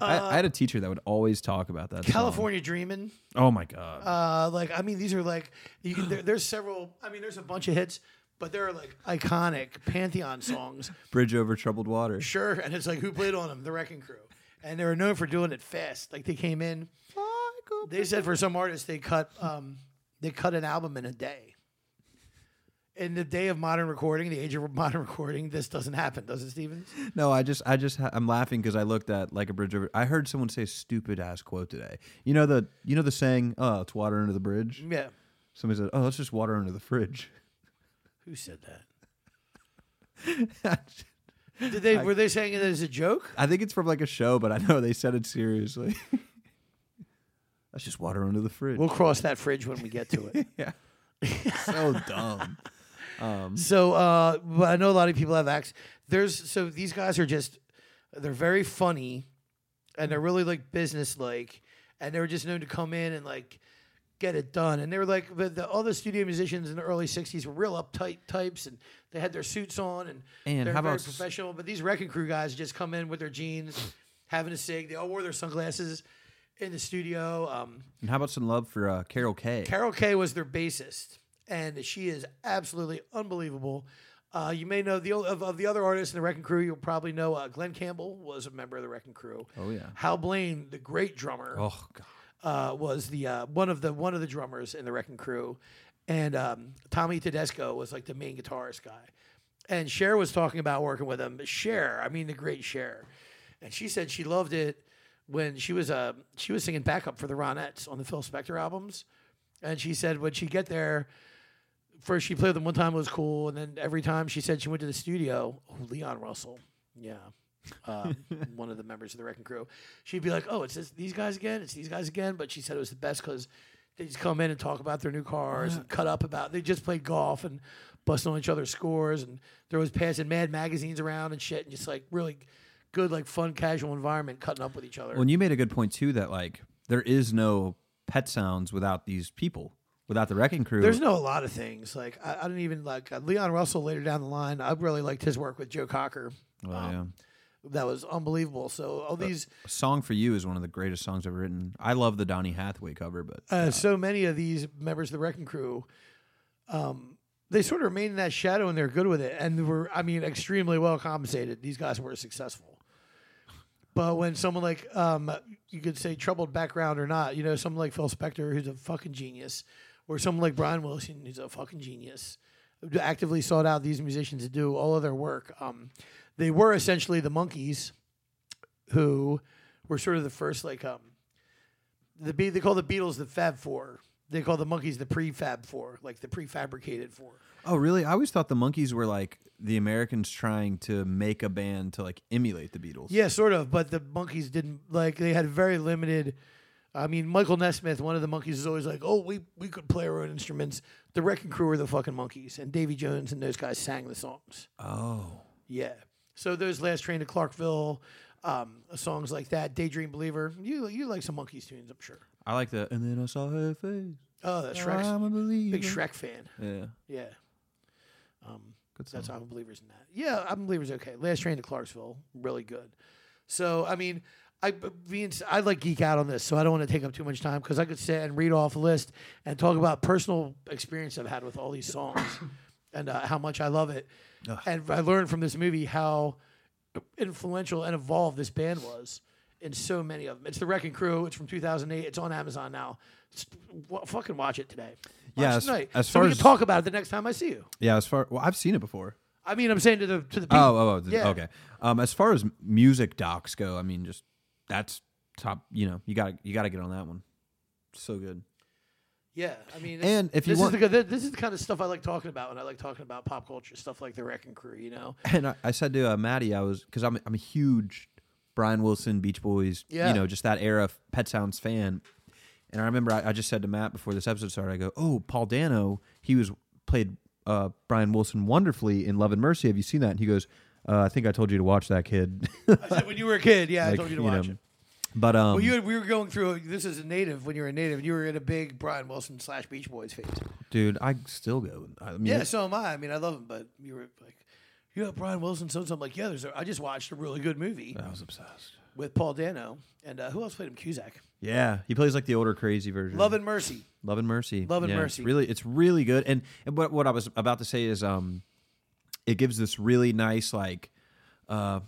Speaker 1: I, I had a teacher that would always talk about that song.
Speaker 2: Uh, California Dreamin'.
Speaker 1: oh my god
Speaker 2: Uh, like I mean, these are like you can, there, there's several. I mean, there's a bunch of hits, But there are like iconic Pantheon songs,
Speaker 1: Bridge over troubled water.
Speaker 2: sure. And it's like, who played on them? The Wrecking Crew. And they were known for doing it fast. Like they came in, they said for some artists they cut um, they cut an album in a day. In the day of modern recording, the age of modern recording, this doesn't happen, does it, Stevens?
Speaker 1: No, I just, I just, ha- I'm laughing because I looked at like a bridge over. I heard someone say a stupid ass quote today. You know the, you know the saying, "Oh, it's water under the bridge."
Speaker 2: Yeah.
Speaker 1: Somebody said, "Oh, it's just water under the fridge." [LAUGHS]
Speaker 2: Who said that? Did they were they saying it as a joke?
Speaker 1: I think it's from like a show, but I know they said it seriously. [LAUGHS] That's just water under the fridge.
Speaker 2: We'll cross that fridge when we get to it.
Speaker 1: [LAUGHS] yeah, so dumb. Mm-hmm.
Speaker 2: so, uh, but I know a lot of people have acts. There's so these guys are just they're very funny, and they're really like business like, and they were just known to come in and like get it done. And they were like, but the, all the studio musicians in the early '60s were real uptight types, and they had their suits on, and,
Speaker 1: And
Speaker 2: they're
Speaker 1: how
Speaker 2: very
Speaker 1: about s-
Speaker 2: professional. But these wrecking crew guys just come in with their jeans, having a cig. They all wore their sunglasses in the studio. Um,
Speaker 1: And how about some love for uh, Carol Kay?
Speaker 2: Carol Kay was their bassist, and she is absolutely unbelievable. Uh, you may know the o- of, of the other artists in the Wrecking Crew. You'll probably know uh, Glenn Campbell was a member of the Wrecking Crew.
Speaker 1: Oh, yeah.
Speaker 2: Hal Blaine, the great drummer,
Speaker 1: oh God.
Speaker 2: uh, was the uh, one of the one of the drummers in the Wrecking Crew, and um, Tommy Tedesco was like the main guitarist guy. And Cher was talking about working with him. Cher, I mean the great Cher, and she said she loved it when she was uh, she was singing backup for the Ronettes on the Phil Spector albums, and she said when she get there. First, she played them one time it was cool, and then every time she said she went to the studio, oh, Leon Russell, [LAUGHS] yeah, um, one of the members of the Wrecking Crew. She'd be like, "Oh, it's this, these guys again. It's these guys again." But she said it was the best because they just come in and talk about their new cars and cut up about they just played golf and busting on each other's scores and there was passing mad magazines around and shit and just like really good like fun casual environment cutting up with each other.
Speaker 1: Well, and you made a good point too that like there is no pet sounds without these people, without the wrecking crew.
Speaker 2: There's no a lot of things like I, I don't even like uh, Leon Russell later down the line. I really liked his work with Joe Cocker.
Speaker 1: Oh,
Speaker 2: That was unbelievable. So all these
Speaker 1: yeah. Song for You is one of the greatest songs ever written. I love the Donny Hathaway cover, but
Speaker 2: uh, so many of these members of the Wrecking Crew, um, they sort of remain in that shadow and they're good with it. And they were, I mean, extremely well compensated. These guys were successful. But when someone like, um, you could say troubled background or not, you know, someone like Phil Spector, who's a fucking genius, or someone like Brian Wilson, who's a fucking genius, who actively sought out these musicians to do all of their work. Um, they were essentially the monkeys who were sort of the first, like, um, the Be- they call the Beatles the Fab Four. They call the monkeys the prefab four, like the prefabricated four.
Speaker 1: oh really? I always thought the monkeys were like the Americans trying to make a band to like emulate the Beatles.
Speaker 2: Yeah, sort of. But the monkeys didn't like they had very limited. I mean, Michael Nesmith, one of the monkeys, is always like, "Oh, we we could play our own instruments." The Wrecking Crew were the fucking monkeys, and Davy Jones and those guys sang the songs.
Speaker 1: Oh.
Speaker 2: Yeah. So those last train to Clarkville, um, songs like that, "Daydream Believer." You you like some monkeys tunes, I'm sure.
Speaker 1: I like that. And then I saw her face.
Speaker 2: Oh, that's
Speaker 1: I'm
Speaker 2: Shrek.
Speaker 1: a believer.
Speaker 2: Big Shrek fan.
Speaker 1: Yeah.
Speaker 2: Yeah.
Speaker 1: Good song.
Speaker 2: That's I'm a believer's in that. Yeah, I'm a believer's okay. Last train to Clarksville, really good. So I mean, I but being s- I like geek out on this, so I don't want to take up too much time because I could sit and read off a list and talk about personal experience I've had with all these songs [COUGHS] and uh, how much I love it. And I learned from this movie how influential and evolved this band was in so many of them. It's the Wrecking Crew. It's from 2008. It's on Amazon now. Just wa- fucking watch it today. Watch
Speaker 1: Yeah,
Speaker 2: it
Speaker 1: as-
Speaker 2: tonight.
Speaker 1: as
Speaker 2: so
Speaker 1: far
Speaker 2: we
Speaker 1: as-
Speaker 2: can talk about it the next time I see you.
Speaker 1: yeah, as far well, I've seen it before.
Speaker 2: I mean, I'm saying to the to the people.
Speaker 1: Oh, oh, oh, th-
Speaker 2: Yeah.
Speaker 1: okay. Um, as far as m- music docs go, I mean, just that's top. You know, you got to you got to get on that one. So good.
Speaker 2: Yeah, I mean,
Speaker 1: And if you
Speaker 2: this
Speaker 1: want-
Speaker 2: is the, th- this is the kind of stuff I like talking about when I like talking about pop culture stuff like the Wrecking Crew, you know.
Speaker 1: [LAUGHS] And I, I said to uh, Maddie, I was because I'm I'm a huge Brian Wilson, Beach Boys,
Speaker 2: Yeah.
Speaker 1: you know, just that era of Pet Sounds fan. And I remember I, I just said to Matt before this episode started, I go, "Oh, Paul Dano, he was played uh, Brian Wilson wonderfully in Love and Mercy. Have you seen that?" And he goes, uh, "I think I told you to watch that kid." [LAUGHS]
Speaker 2: I said when you were a kid, yeah, I
Speaker 1: Like,
Speaker 2: told you to
Speaker 1: you
Speaker 2: watch
Speaker 1: know,
Speaker 2: it.
Speaker 1: But um,
Speaker 2: Well, you had, we were going through. A, this is a native when you were a native, and you were in a big Brian Wilson slash
Speaker 1: Mm-hmm.
Speaker 2: Beach Boys phase.
Speaker 1: dude, I still go. I mean,
Speaker 2: Yeah, so am I. I mean, I love him, but you were like, you know, Brian Wilson, so and so. I'm like, yeah, there's a, I just watched a really good movie
Speaker 1: I was obsessed.
Speaker 2: with Paul Dano. And uh, who else played him? Cusack.
Speaker 1: Yeah, he plays like the older crazy version.
Speaker 2: Love and Mercy.
Speaker 1: Love and Mercy.
Speaker 2: Love and
Speaker 1: Yeah,
Speaker 2: Mercy.
Speaker 1: It's really, it's really good. And and what what I was about to say is, um, it gives this really nice like, uh,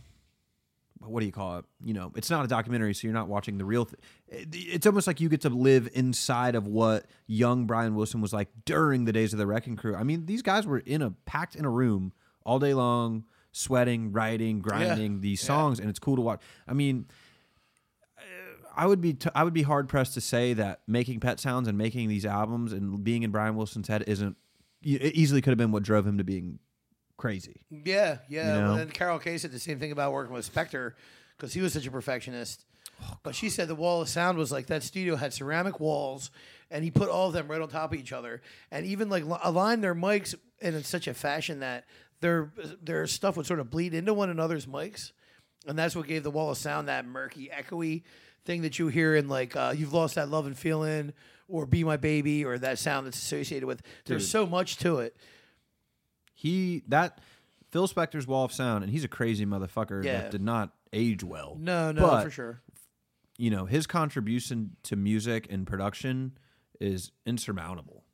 Speaker 1: what do you call it? You know, it's not a documentary, so you're not watching the real. Th- it- it's almost like you get to live inside of what young Brian Wilson was like during the days of the Wrecking Crew. I mean, these guys were in a packed in a room all day long, sweating, writing, grinding these songs, and it's cool to watch. I mean. I would be t- I would be hard pressed to say that making Pet Sounds and making these albums and being in Brian Wilson's head isn't e- it easily could have been what drove him to being crazy.
Speaker 2: Yeah, yeah.
Speaker 1: You know?
Speaker 2: And then Carol Kay said the same thing about working with Spectre because he was such a perfectionist.
Speaker 1: Oh,
Speaker 2: but she said the wall of sound was like that studio had ceramic walls and he put all of them right on top of each other and even like li- aligned their mics and in such a fashion that their their stuff would sort of bleed into one another's mics. And that's what gave the wall of sound that murky, echoey thing that you hear in like uh, You've Lost That Love and Feeling or Be My Baby or that sound that's associated with. There's so much to it.
Speaker 1: He that Phil Spector's Wall of Sound and he's a crazy motherfucker
Speaker 2: Yeah.
Speaker 1: that did not age well.
Speaker 2: No, no,
Speaker 1: But,
Speaker 2: for sure.
Speaker 1: You know, his contribution to music and production is insurmountable.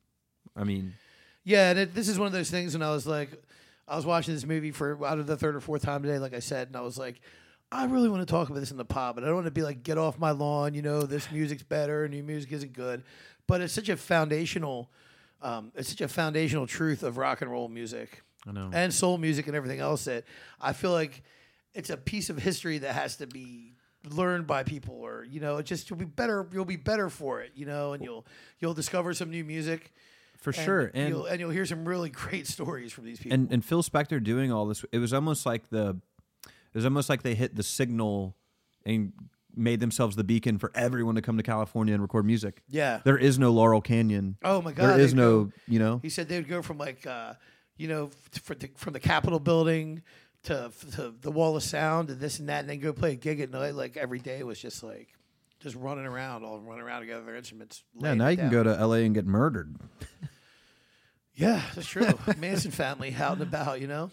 Speaker 1: I mean,
Speaker 2: Yeah, and it, this is one of those things when I was like, I was watching this movie for out of the third or fourth time today, like I said, and I was like, I really want to talk about this in the pod, but I don't want to be like, get off my lawn, you know, this music's better, new music isn't good. But it's such a foundational, um, it's such a foundational truth of rock and roll music
Speaker 1: I know.
Speaker 2: and soul music and everything else that I feel like it's a piece of history that has to be learned by people or you know it just you'll be better you'll be better for it you know and you'll you'll discover some new music
Speaker 1: For sure. And
Speaker 2: you'll, and you'll hear some really [LAUGHS] great stories from these people.
Speaker 1: and and Phil Spector doing all this, it was almost like the, it was almost like they hit the signal, and made themselves the beacon for everyone to come to California and record music.
Speaker 2: yeah.
Speaker 1: There is no Laurel Canyon.
Speaker 2: Oh my God.
Speaker 1: there is
Speaker 2: they'd
Speaker 1: no,
Speaker 2: go-
Speaker 1: you know,
Speaker 2: he said they would go from like, uh, you know, f- for the, from the Capitol building to, to the Wall of Sound and this and that, and then go play a gig at night. Like every day was just like, just running around, all running around together, their instruments.
Speaker 1: yeah. Now you can go to L.A. and get murdered.
Speaker 2: Yeah,
Speaker 1: [LAUGHS]
Speaker 2: that's true. Manson family out and about, you know,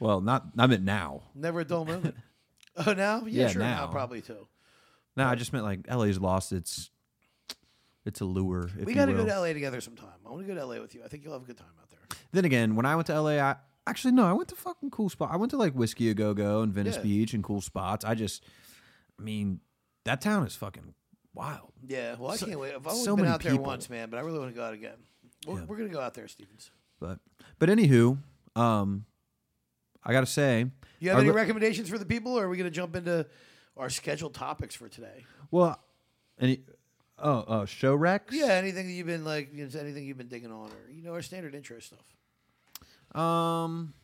Speaker 1: Well, not I meant now.
Speaker 2: never a dull moment. Oh, now? Yeah,
Speaker 1: Yeah,
Speaker 2: sure. Now.
Speaker 1: now.
Speaker 2: probably too.
Speaker 1: No, I just meant like L.A.'s lost its, its allure. If
Speaker 2: We
Speaker 1: you
Speaker 2: got to go
Speaker 1: will.
Speaker 2: to LA together sometime. I want to go to LA with you. I think you'll have a good time out there.
Speaker 1: Then again, when I went to L.A., I actually no, I went to fucking cool spot. I went to like Whiskey A Go Go and Venice
Speaker 2: Yeah.
Speaker 1: Beach and cool spots. I just, I mean, that town is fucking wild.
Speaker 2: Yeah, well, I
Speaker 1: So-
Speaker 2: can't wait. I've only
Speaker 1: so
Speaker 2: been
Speaker 1: many
Speaker 2: out there
Speaker 1: people.
Speaker 2: once, man, but I really want to go out again. We're, we're gonna go out there, Stevens.
Speaker 1: But but anywho, um, I gotta say,
Speaker 2: You have
Speaker 1: our
Speaker 2: any
Speaker 1: li-
Speaker 2: recommendations for the people, or are we gonna jump into our scheduled topics for today?
Speaker 1: well, any oh oh show Rex.
Speaker 2: Yeah, anything that you've been like, you know, anything you've been digging on, or you know, our standard intro stuff.
Speaker 1: Um,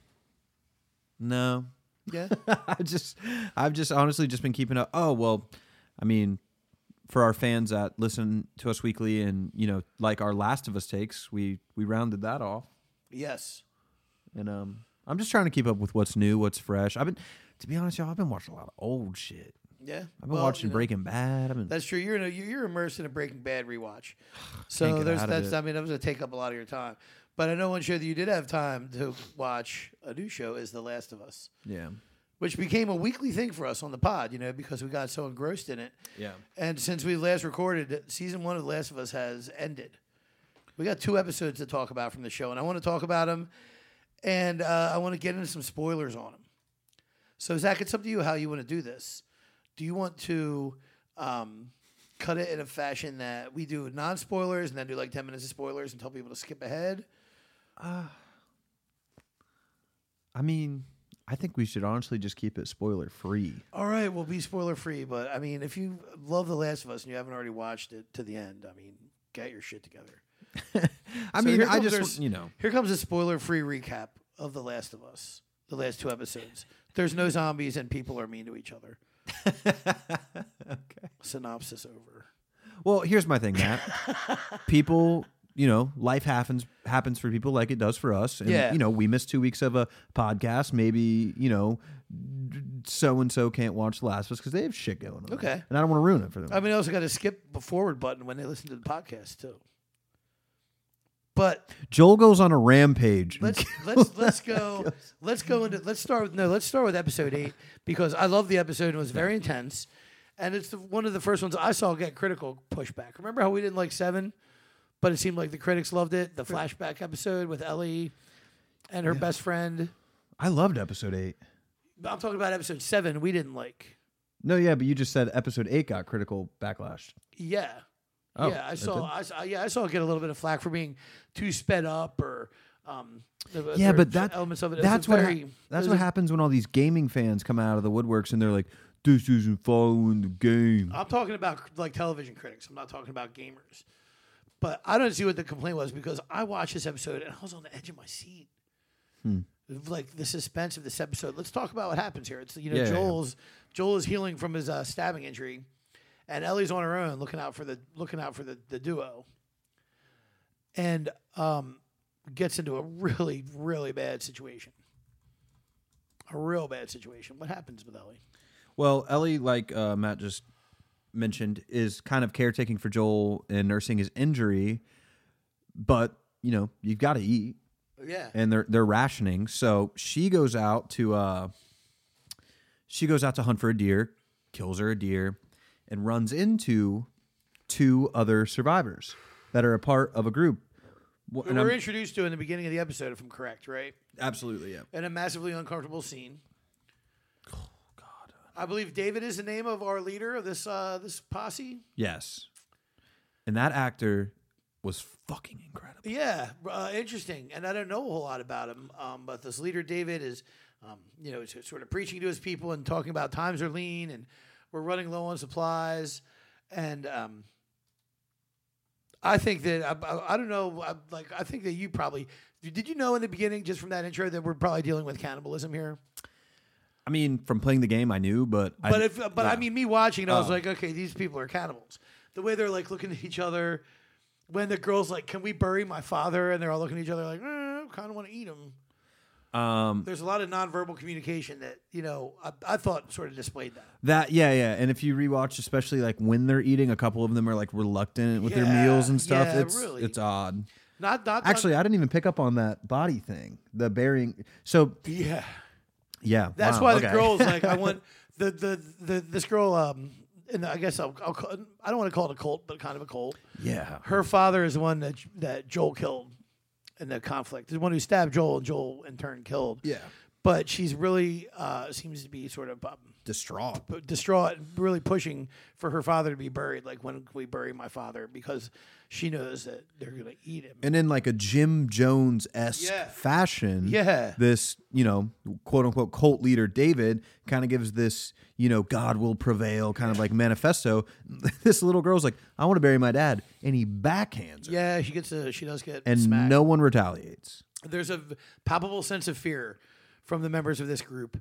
Speaker 1: no,
Speaker 2: [LAUGHS] Yeah,
Speaker 1: [LAUGHS] I just I've just honestly just been keeping up. Oh well, I mean, for our fans that listen to us weekly and you know like our Last of Us takes, we we rounded that off,
Speaker 2: yes.
Speaker 1: and um, I'm just trying to keep up with what's new, what's fresh. I've been, to be honest, y'all, I've been watching a lot of old shit.
Speaker 2: Yeah,
Speaker 1: I've been
Speaker 2: Well,
Speaker 1: watching
Speaker 2: you know,
Speaker 1: Breaking Bad. I've been
Speaker 2: That's true. You're in a, you're immersed in a Breaking Bad [SIGHS] rewatch,
Speaker 1: Can't
Speaker 2: so
Speaker 1: get
Speaker 2: there's
Speaker 1: out of
Speaker 2: that's.
Speaker 1: it.
Speaker 2: I mean, that was gonna take up a lot of your time. But I know one show that you did have time to watch a new show is The Last of Us.
Speaker 1: yeah,
Speaker 2: which became a weekly thing for us on the pod, you know, because we got so engrossed in it.
Speaker 1: yeah.
Speaker 2: And since we last recorded, season one of The Last of Us has ended. We got two episodes to talk about from the show, and I want to talk about them, and uh, I want to get into some spoilers on them. So, Zach, it's up to you how you want to do this. Do you want to um, cut it in a fashion that we do non spoilers and then do like 10 minutes of spoilers and tell people to skip ahead?
Speaker 1: I mean, I think we should honestly just keep it spoiler free.
Speaker 2: All right, we'll be spoiler free, but I mean, if you love The Last of Us and you haven't already watched it to the end, I mean, get your shit together.
Speaker 1: I
Speaker 2: So
Speaker 1: mean,
Speaker 2: here
Speaker 1: I
Speaker 2: comes
Speaker 1: just
Speaker 2: our
Speaker 1: want-
Speaker 2: s-
Speaker 1: you know,
Speaker 2: Here comes a spoiler free recap of The Last of Us, the last two episodes. There's no zombies and people are mean to each other. okay. Synopsis over.
Speaker 1: Well, here's my thing, Matt. people, you know, life happens happens for people like it does for us. And
Speaker 2: Yeah.
Speaker 1: you know, we missed two weeks of a podcast. Maybe, you know, so and so can't watch The Last of Us because they have shit going on.
Speaker 2: Okay. Um,
Speaker 1: And I don't want to ruin it for them.
Speaker 2: I mean, I also got to skip the forward button when they listen to the podcast, too. But
Speaker 1: Joel goes on a rampage. [LAUGHS]
Speaker 2: let's let's let's go let's go into let's start with no let's start with episode eight because I love the episode. It was very intense, and it's the, one of the first ones I saw get critical pushback. Remember how we didn't like seven, but it seemed like the critics loved it. The flashback episode with Ellie and her best friend.
Speaker 1: I loved episode eight.
Speaker 2: I'm talking about episode seven. We didn't like.
Speaker 1: No, yeah, but you just said episode eight got critical backlash.
Speaker 2: Yeah.
Speaker 1: Oh,
Speaker 2: yeah, I
Speaker 1: it
Speaker 2: saw. I saw. Yeah, I saw it get a little bit of flack for being too sped up or. Um, the-
Speaker 1: Yeah,
Speaker 2: there
Speaker 1: but
Speaker 2: was
Speaker 1: that
Speaker 2: elements of it. It was
Speaker 1: that's
Speaker 2: a
Speaker 1: what
Speaker 2: very-
Speaker 1: hap-
Speaker 2: it was
Speaker 1: that's
Speaker 2: a
Speaker 1: what happens when all these gaming fans come out of the woodworks and they're like, "This isn't following the game."
Speaker 2: I'm talking about like television critics. I'm not talking about gamers. But I don't see what the complaint was because I watched this episode and I was on the edge of my seat.
Speaker 1: Hmm.
Speaker 2: Like the suspense of this episode. Let's talk about what happens here. It's you know
Speaker 1: Yeah, yeah, yeah.
Speaker 2: Joel's Joel is healing from his uh, stabbing injury, and Ellie's on her own looking out for the looking out for the the duo. And um, gets into a really really bad situation. A real bad situation. What happens with Ellie?
Speaker 1: Well, Ellie, like uh, Matt just mentioned, is kind of caretaking for Joel and nursing his injury, but you know you've got to eat,
Speaker 2: Yeah.
Speaker 1: and they're they're rationing. So she goes out to uh, she goes out to hunt for a deer, kills her a deer, and runs into two other survivors that are a part of a group. Wh-
Speaker 2: We
Speaker 1: and
Speaker 2: were
Speaker 1: I'm-
Speaker 2: introduced to in the beginning of the episode, if I'm correct, right?
Speaker 1: absolutely, yeah.
Speaker 2: In a massively uncomfortable scene. I believe David is the name of our leader of this uh, this posse.
Speaker 1: Yes. And that actor was fucking incredible.
Speaker 2: Yeah, uh, interesting. And I don't know a whole lot about him, um, but this leader David is, um, you know, he's sort of preaching to his people and talking about times are lean and we're running low on supplies. And um, I think that I, I, I don't know, I, like I think that you probably did you know in the beginning just from that intro that we're probably dealing with cannibalism here.
Speaker 1: I mean, from playing the game, I knew, but
Speaker 2: But
Speaker 1: I,
Speaker 2: if but I
Speaker 1: yeah.
Speaker 2: mean me watching it, I was
Speaker 1: Oh.
Speaker 2: like, okay, these people are cannibals. The way they're like looking at each other, when the girls like, can we bury my father? And they're all looking at each other like, eh, kind of want to eat him.
Speaker 1: um,
Speaker 2: There's a lot of nonverbal communication that you know I, I thought sort of displayed that.
Speaker 1: that yeah, yeah. And if you rewatch, especially like when they're eating, a couple of them are like reluctant with their
Speaker 2: Yeah,
Speaker 1: meals and stuff.
Speaker 2: yeah,
Speaker 1: it's
Speaker 2: really.
Speaker 1: it's odd.
Speaker 2: Not not
Speaker 1: Actually, I didn't even pick up on that body thing, the burying. So
Speaker 2: yeah.
Speaker 1: yeah,
Speaker 2: That's
Speaker 1: wow,
Speaker 2: why the
Speaker 1: okay. [LAUGHS]
Speaker 2: girls like I want the the, the this girl um and I guess I'll, I'll call, I don't want to call it a cult, but kind of a cult.
Speaker 1: yeah,
Speaker 2: Her father is the one that that Joel killed in the conflict. The one who stabbed Joel and Joel in turn killed.
Speaker 1: yeah,
Speaker 2: but she's really uh, seems to be sort of um,
Speaker 1: distraught.
Speaker 2: p- distraught, really pushing for her father to be buried. Like when can we bury my father? Because she knows that they're gonna eat him.
Speaker 1: And in like a Jim Jones esque
Speaker 2: Yeah.
Speaker 1: fashion,
Speaker 2: Yeah.
Speaker 1: this, you know, quote unquote cult leader David kind of gives this, you know, God will prevail kind of like manifesto. [LAUGHS] this little girl's like, I want to bury my dad. And he backhands her.
Speaker 2: yeah, she gets a, she does get
Speaker 1: and
Speaker 2: smacked.
Speaker 1: no one retaliates.
Speaker 2: There's a v- palpable sense of fear from the members of this group.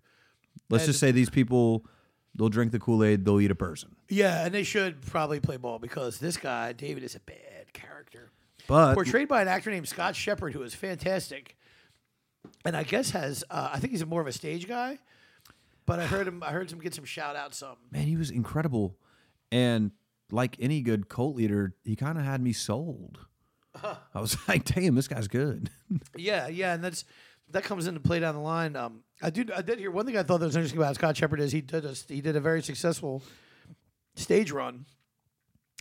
Speaker 1: Let's
Speaker 2: And-
Speaker 1: just say these people, they'll drink the Kool Aid, they'll eat a person.
Speaker 2: Yeah, and they should probably play ball because this guy David is a bad character.
Speaker 1: But
Speaker 2: portrayed by an actor named Scott Shepard, who is fantastic, and I guess has uh, I think he's more of a stage guy, but I heard him I heard him get some shout um, out some.
Speaker 1: man, he was incredible. And like any good cult leader, he kind of had me sold. I was [LAUGHS] like, damn, this guy's good. [LAUGHS]
Speaker 2: Yeah, yeah, and that's that comes into play down the line. Um, I do I did hear one thing I thought that was interesting about Scott Shepard is he did a, he did a very successful stage run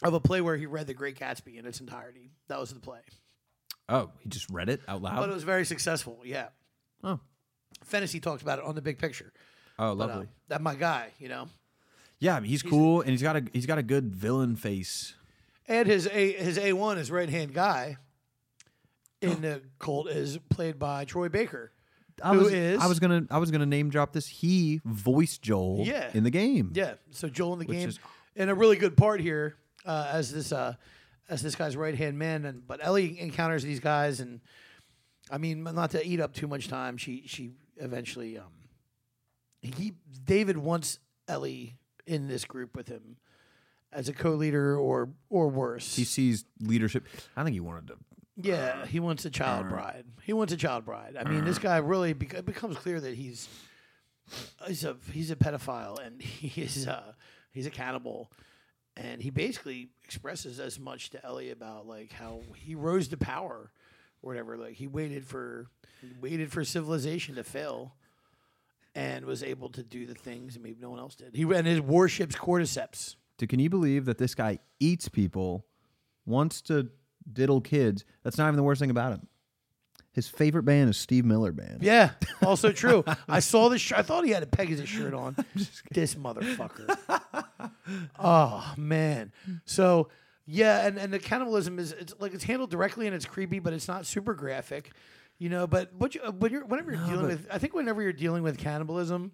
Speaker 2: of a play where he read The Great Gatsby in its entirety. That was the play,
Speaker 1: oh, he just read it out loud.
Speaker 2: but it was very successful. Yeah,
Speaker 1: Oh,
Speaker 2: Fantasy talked about it on the Big Picture.
Speaker 1: oh,
Speaker 2: But, uh,
Speaker 1: lovely.
Speaker 2: that my guy, you know.
Speaker 1: yeah, I mean, he's, cool, and he's got a he's got a good villain face.
Speaker 2: And his A his A one his right hand guy
Speaker 1: Oh.
Speaker 2: in the cult is played by Troy Baker.
Speaker 1: I
Speaker 2: Who
Speaker 1: was,
Speaker 2: is-
Speaker 1: I was gonna I was gonna name drop this. He voiced Joel.
Speaker 2: Yeah.
Speaker 1: in the game.
Speaker 2: Yeah, so Joel in the game
Speaker 1: is-
Speaker 2: and a really good part here uh, as this uh, as this guy's right hand man. And but Ellie encounters these guys, and I mean, not to eat up too much time, she she eventually um, he David wants Ellie in this group with him as a co-leader or or worse.
Speaker 1: he sees leadership. I think he wanted to.
Speaker 2: Yeah, he wants a child bride. He wants a child bride. I mean, this guy really bec- it becomes clear that he's he's a he's a pedophile and [LAUGHS] he is uh he's a cannibal, and he basically expresses as much to Ellie about like how he rose to power or whatever. Like he waited for he waited for civilization to fail, and was able to do the things that maybe no one else did. He and his warships cordyceps.
Speaker 1: Dude, can you believe that this guy eats people, wants to diddle kids? That's not even the worst thing about him. His favorite band is Steve Miller Band.
Speaker 2: Yeah,
Speaker 1: [LAUGHS]
Speaker 2: also true. I saw this. Sh- I thought he had a Pegasus shirt on. This motherfucker. oh man. So yeah, and, and the cannibalism is it's like it's handled directly and it's creepy, but it's not super graphic, you know. But but you, uh, when you're whenever you're dealing with, I think whenever you're dealing with cannibalism,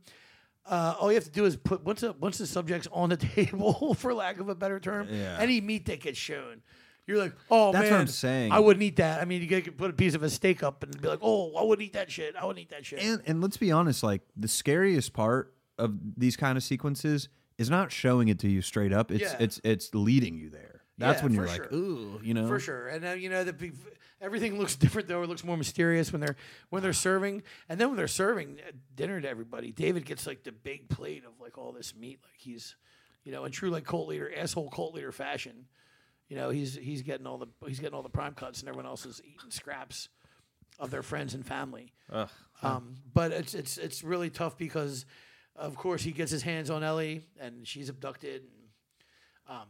Speaker 2: uh, all you have to do is put once a, once the subject's on the [LAUGHS] table, for lack of a better term,
Speaker 1: Yeah.
Speaker 2: any meat that gets shown. You're like, oh
Speaker 1: That's what
Speaker 2: man,
Speaker 1: I'm saying.
Speaker 2: I wouldn't eat that. I mean, you could put a piece of a steak up and be like, oh, I wouldn't eat that shit. I wouldn't eat that shit.
Speaker 1: And and let's be honest, like the scariest part of these kind of sequences is not showing it to you straight up. It's
Speaker 2: Yeah.
Speaker 1: it's it's leading you there. That's
Speaker 2: Yeah,
Speaker 1: when you're
Speaker 2: for
Speaker 1: like,
Speaker 2: sure.
Speaker 1: ooh, you know.
Speaker 2: For sure, and uh, you know the pe- everything [LAUGHS] looks different though. It looks more mysterious when they're
Speaker 1: [SIGHS]
Speaker 2: when they're serving, and then when they're serving uh, dinner to everybody, David gets like the big plate of like all this meat. Like he's, you know, in true like cult leader asshole cult leader fashion, you know he's he's getting all the he's getting all the prime cuts, and everyone else is eating scraps of their friends and family. Um, but it's it's it's really tough because, of course, he gets his hands on Ellie, and she's abducted. And, um,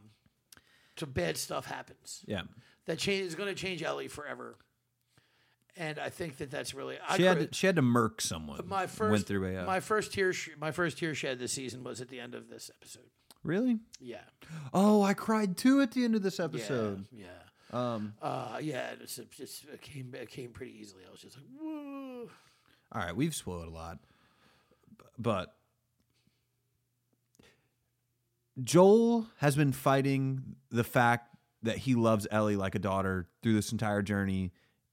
Speaker 2: so bad stuff happens
Speaker 1: Yeah.
Speaker 2: that change is going to change Ellie forever. And I think that that's really I
Speaker 1: She
Speaker 2: cri-
Speaker 1: had to, she had to murk someone.
Speaker 2: my first
Speaker 1: went through a uh,
Speaker 2: my first tear sh- my first tear shed this season was at the end of this episode.
Speaker 1: really.
Speaker 2: Yeah,
Speaker 1: Oh, I cried too at the end of this
Speaker 2: yeah,
Speaker 1: episode.
Speaker 2: yeah,
Speaker 1: Um,
Speaker 2: uh, yeah. and It's, it's, it's, it came it came pretty easily. I was just like, woo.
Speaker 1: all right, we've spoiled a lot, B- but Joel has been fighting the fact that he loves Ellie like a daughter through this entire journey,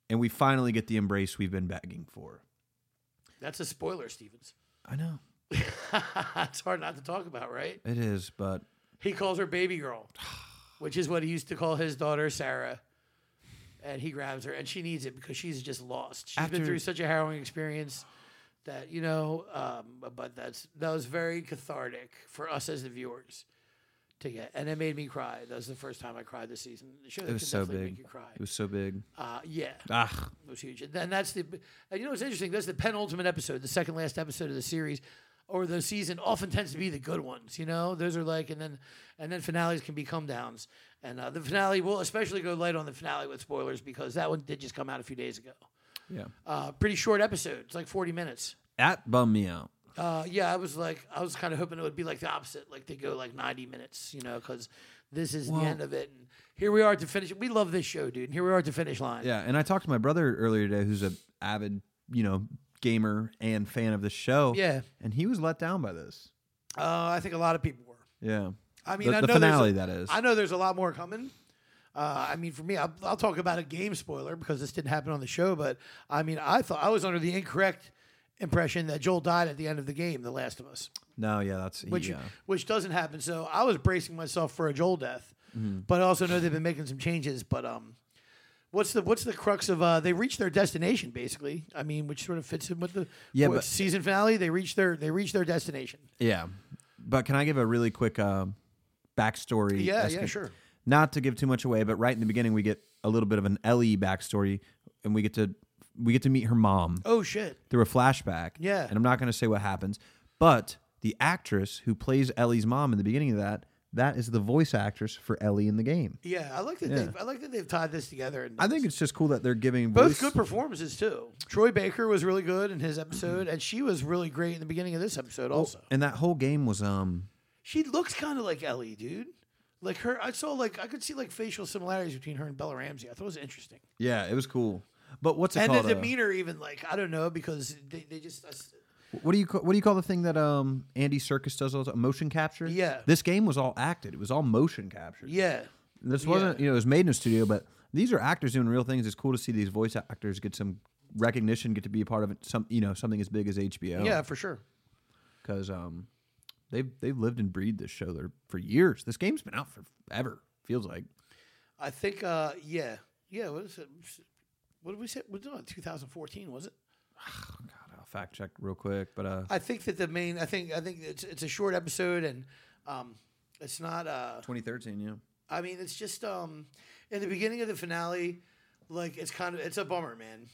Speaker 1: and we finally get the embrace we've been begging for.
Speaker 2: That's a spoiler, Stevens. [LAUGHS]
Speaker 1: I know
Speaker 2: it's hard not to talk about, right?
Speaker 1: it is, but
Speaker 2: He calls her baby
Speaker 1: [SIGHS]
Speaker 2: girl, which is what he used to call his daughter Sarah. And he grabs her, and she needs it because she's just lost. She's
Speaker 1: After-
Speaker 2: been through such a harrowing experience that you know. Um, but that's that was very cathartic for us as the viewers to get, and it made me cry. That was the first time I cried this season. The show
Speaker 1: it was
Speaker 2: can
Speaker 1: so
Speaker 2: definitely
Speaker 1: big.
Speaker 2: Make you cry.
Speaker 1: It was so big.
Speaker 2: Uh, yeah,
Speaker 1: Ah,
Speaker 2: it was huge. And then that's the, and you know what's interesting? That's the penultimate episode, the second last episode of the series or the season often tends to be the good ones, you know? Those are like, and then, and then finales can be come downs. And uh, the finale will especially go light on the finale with spoilers because that one did just come out a few days ago.
Speaker 1: yeah,
Speaker 2: Uh, pretty short episode. It's like 40 minutes.
Speaker 1: that bummed me out.
Speaker 2: Uh, yeah, I was like, I was kind of hoping it would be like the opposite, like they go like 90 minutes, you know, because this is
Speaker 1: Well-
Speaker 2: the end of it. And here we are at the finish. We love this show, dude. And here we are at the finish line.
Speaker 1: Yeah, and I talked to my brother earlier today, who's a avid, you know, gamer and fan of the show.
Speaker 2: Yeah.
Speaker 1: and he was let down by this.
Speaker 2: Uh, I think a lot of people were.
Speaker 1: Yeah,
Speaker 2: I mean,
Speaker 1: the,
Speaker 2: I
Speaker 1: the
Speaker 2: know there's
Speaker 1: finale
Speaker 2: a-
Speaker 1: that is.
Speaker 2: I know there's a lot more coming. Uh, I mean, for me, I'll, I'll talk about a game spoiler because this didn't happen on the show. But I mean, I thought I was under the incorrect impression that Joel died at the end of the game, The Last of Us,
Speaker 1: no, yeah, that's
Speaker 2: which
Speaker 1: yeah.
Speaker 2: which doesn't happen. So I was bracing myself for a Joel death,
Speaker 1: Mm-hmm.
Speaker 2: but I also know they've been making some changes. But um, what's the what's the crux of uh, they reached their destination basically? I mean, which sort of fits in with the
Speaker 1: Yeah,
Speaker 2: with
Speaker 1: but-
Speaker 2: season finale. They reached their they reached their destination.
Speaker 1: yeah. But can I give a really quick uh, backstory?
Speaker 2: Yeah,
Speaker 1: as
Speaker 2: yeah,
Speaker 1: con-
Speaker 2: sure.
Speaker 1: Not to give too much away, but right in the beginning we get a little bit of an Ellie backstory, and we get to we get to meet her mom.
Speaker 2: Oh shit!
Speaker 1: through a flashback.
Speaker 2: Yeah.
Speaker 1: And I'm not going to say what happens, but the actress who plays Ellie's mom in the beginning of that, that is the voice actress for Ellie in the game.
Speaker 2: Yeah, I like that.
Speaker 1: Yeah.
Speaker 2: They've, I like that they've tied this together. And
Speaker 1: I think it's just cool that they're giving
Speaker 2: both
Speaker 1: voice-
Speaker 2: good performances too. Troy Baker was really good in his episode, and she was really great in the beginning of this episode. Also,
Speaker 1: And that whole game was um
Speaker 2: she looks kind of like Ellie, dude. Like her, I saw like I could see like facial similarities between her and Bella Ramsey. I thought it was interesting,
Speaker 1: yeah, it was cool. But what's it
Speaker 2: and
Speaker 1: called?
Speaker 2: the
Speaker 1: uh,
Speaker 2: demeanor, even like I don't know because they, they just I s-
Speaker 1: what do you call, what do you call the thing that um Andy Circus does all the time? Motion capture?
Speaker 2: Yeah.
Speaker 1: This game was all acted. It was all motion capture.
Speaker 2: yeah,
Speaker 1: This wasn't you know, it was made in a studio, but these are actors doing real things. It's cool to see these voice actors get some recognition, get to be a part of it, some you know, something as big as HBO.
Speaker 2: yeah, for sure.
Speaker 1: because um, they've they've lived and breathed this show there for years. This game's been out forever. Feels like
Speaker 2: I think uh yeah, yeah. What is it? What did we say? What was it? 2014 was it?
Speaker 1: God, I'll fact check real quick, but uh,
Speaker 2: I think that the main. I think I think it's it's a short episode and um, it's not uh
Speaker 1: 2013, yeah,
Speaker 2: I mean, it's just um, in the beginning of the finale, like it's kind of it's a bummer, man.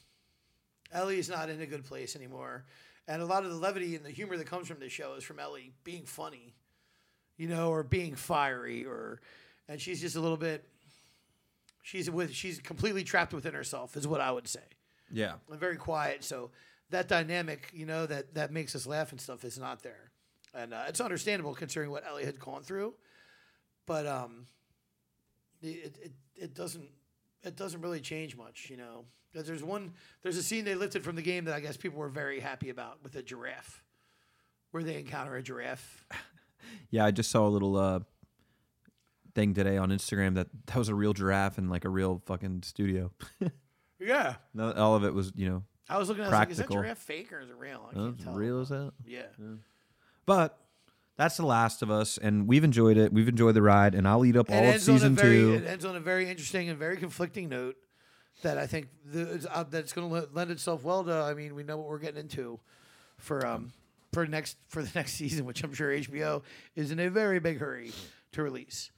Speaker 2: Ellie's not in a good place anymore, and a lot of the levity and the humor that comes from this show is from Ellie being funny, you know, or being fiery, or and she's just a little bit. She's with she's completely trapped within herself, is what I would say.
Speaker 1: Yeah.
Speaker 2: I'm very quiet, so that dynamic, you know, that that makes us laugh and stuff is not there, and uh, it's understandable considering what Ellie had gone through, but um, it it, it doesn't it doesn't really change much, you know. 'Cause There's one there's a scene they lifted from the game that I guess people were very happy about with a giraffe, where they encounter a giraffe.
Speaker 1: Yeah, I just saw a little uh, thing today on Instagram that that was a real giraffe in like a real fucking studio.
Speaker 2: Yeah,
Speaker 1: No, All of it was, you know,
Speaker 2: I was looking. at it, I was like, is that
Speaker 1: Practical.
Speaker 2: giraffe fake or is it real? I
Speaker 1: uh,
Speaker 2: can't tell.
Speaker 1: real as that.
Speaker 2: Yeah.
Speaker 1: But that's the last of us, and we've enjoyed it. We've enjoyed the ride, and I'll eat up all of season
Speaker 2: on a very,
Speaker 1: two.
Speaker 2: It ends on a very interesting and very conflicting note that I think the, it's, uh, that's going to lend itself well to. I mean, we know what we're getting into for um for next for the [LAUGHS] next season, which I'm sure HBO is in a very big hurry to release.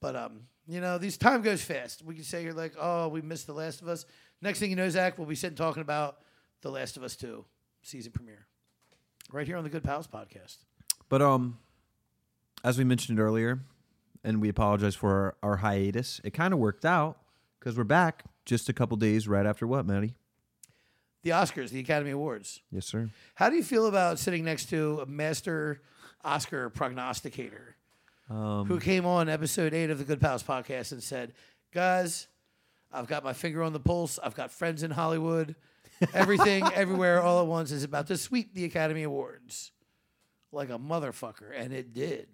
Speaker 2: But um, you know, these time goes fast. We can say you're like, oh, we missed The Last of Us. Next thing you know, Zach, we'll be sitting talking about The Last of Us Two season premiere, right here on the Good Pals podcast.
Speaker 1: But um, as we mentioned earlier, and we apologize for our, our hiatus. It kind of worked out because we're back just a couple days right after what, Maddie?
Speaker 2: The Oscars, the Academy Awards.
Speaker 1: Yes, sir.
Speaker 2: How do you feel about sitting next to a master Oscar prognosticator who came on episode eight of the Good Pals podcast and said, Guys, I've got my finger on the pulse. I've got friends in Hollywood. Everything, everywhere, all at once is about to sweep the Academy Awards like a motherfucker. And it did.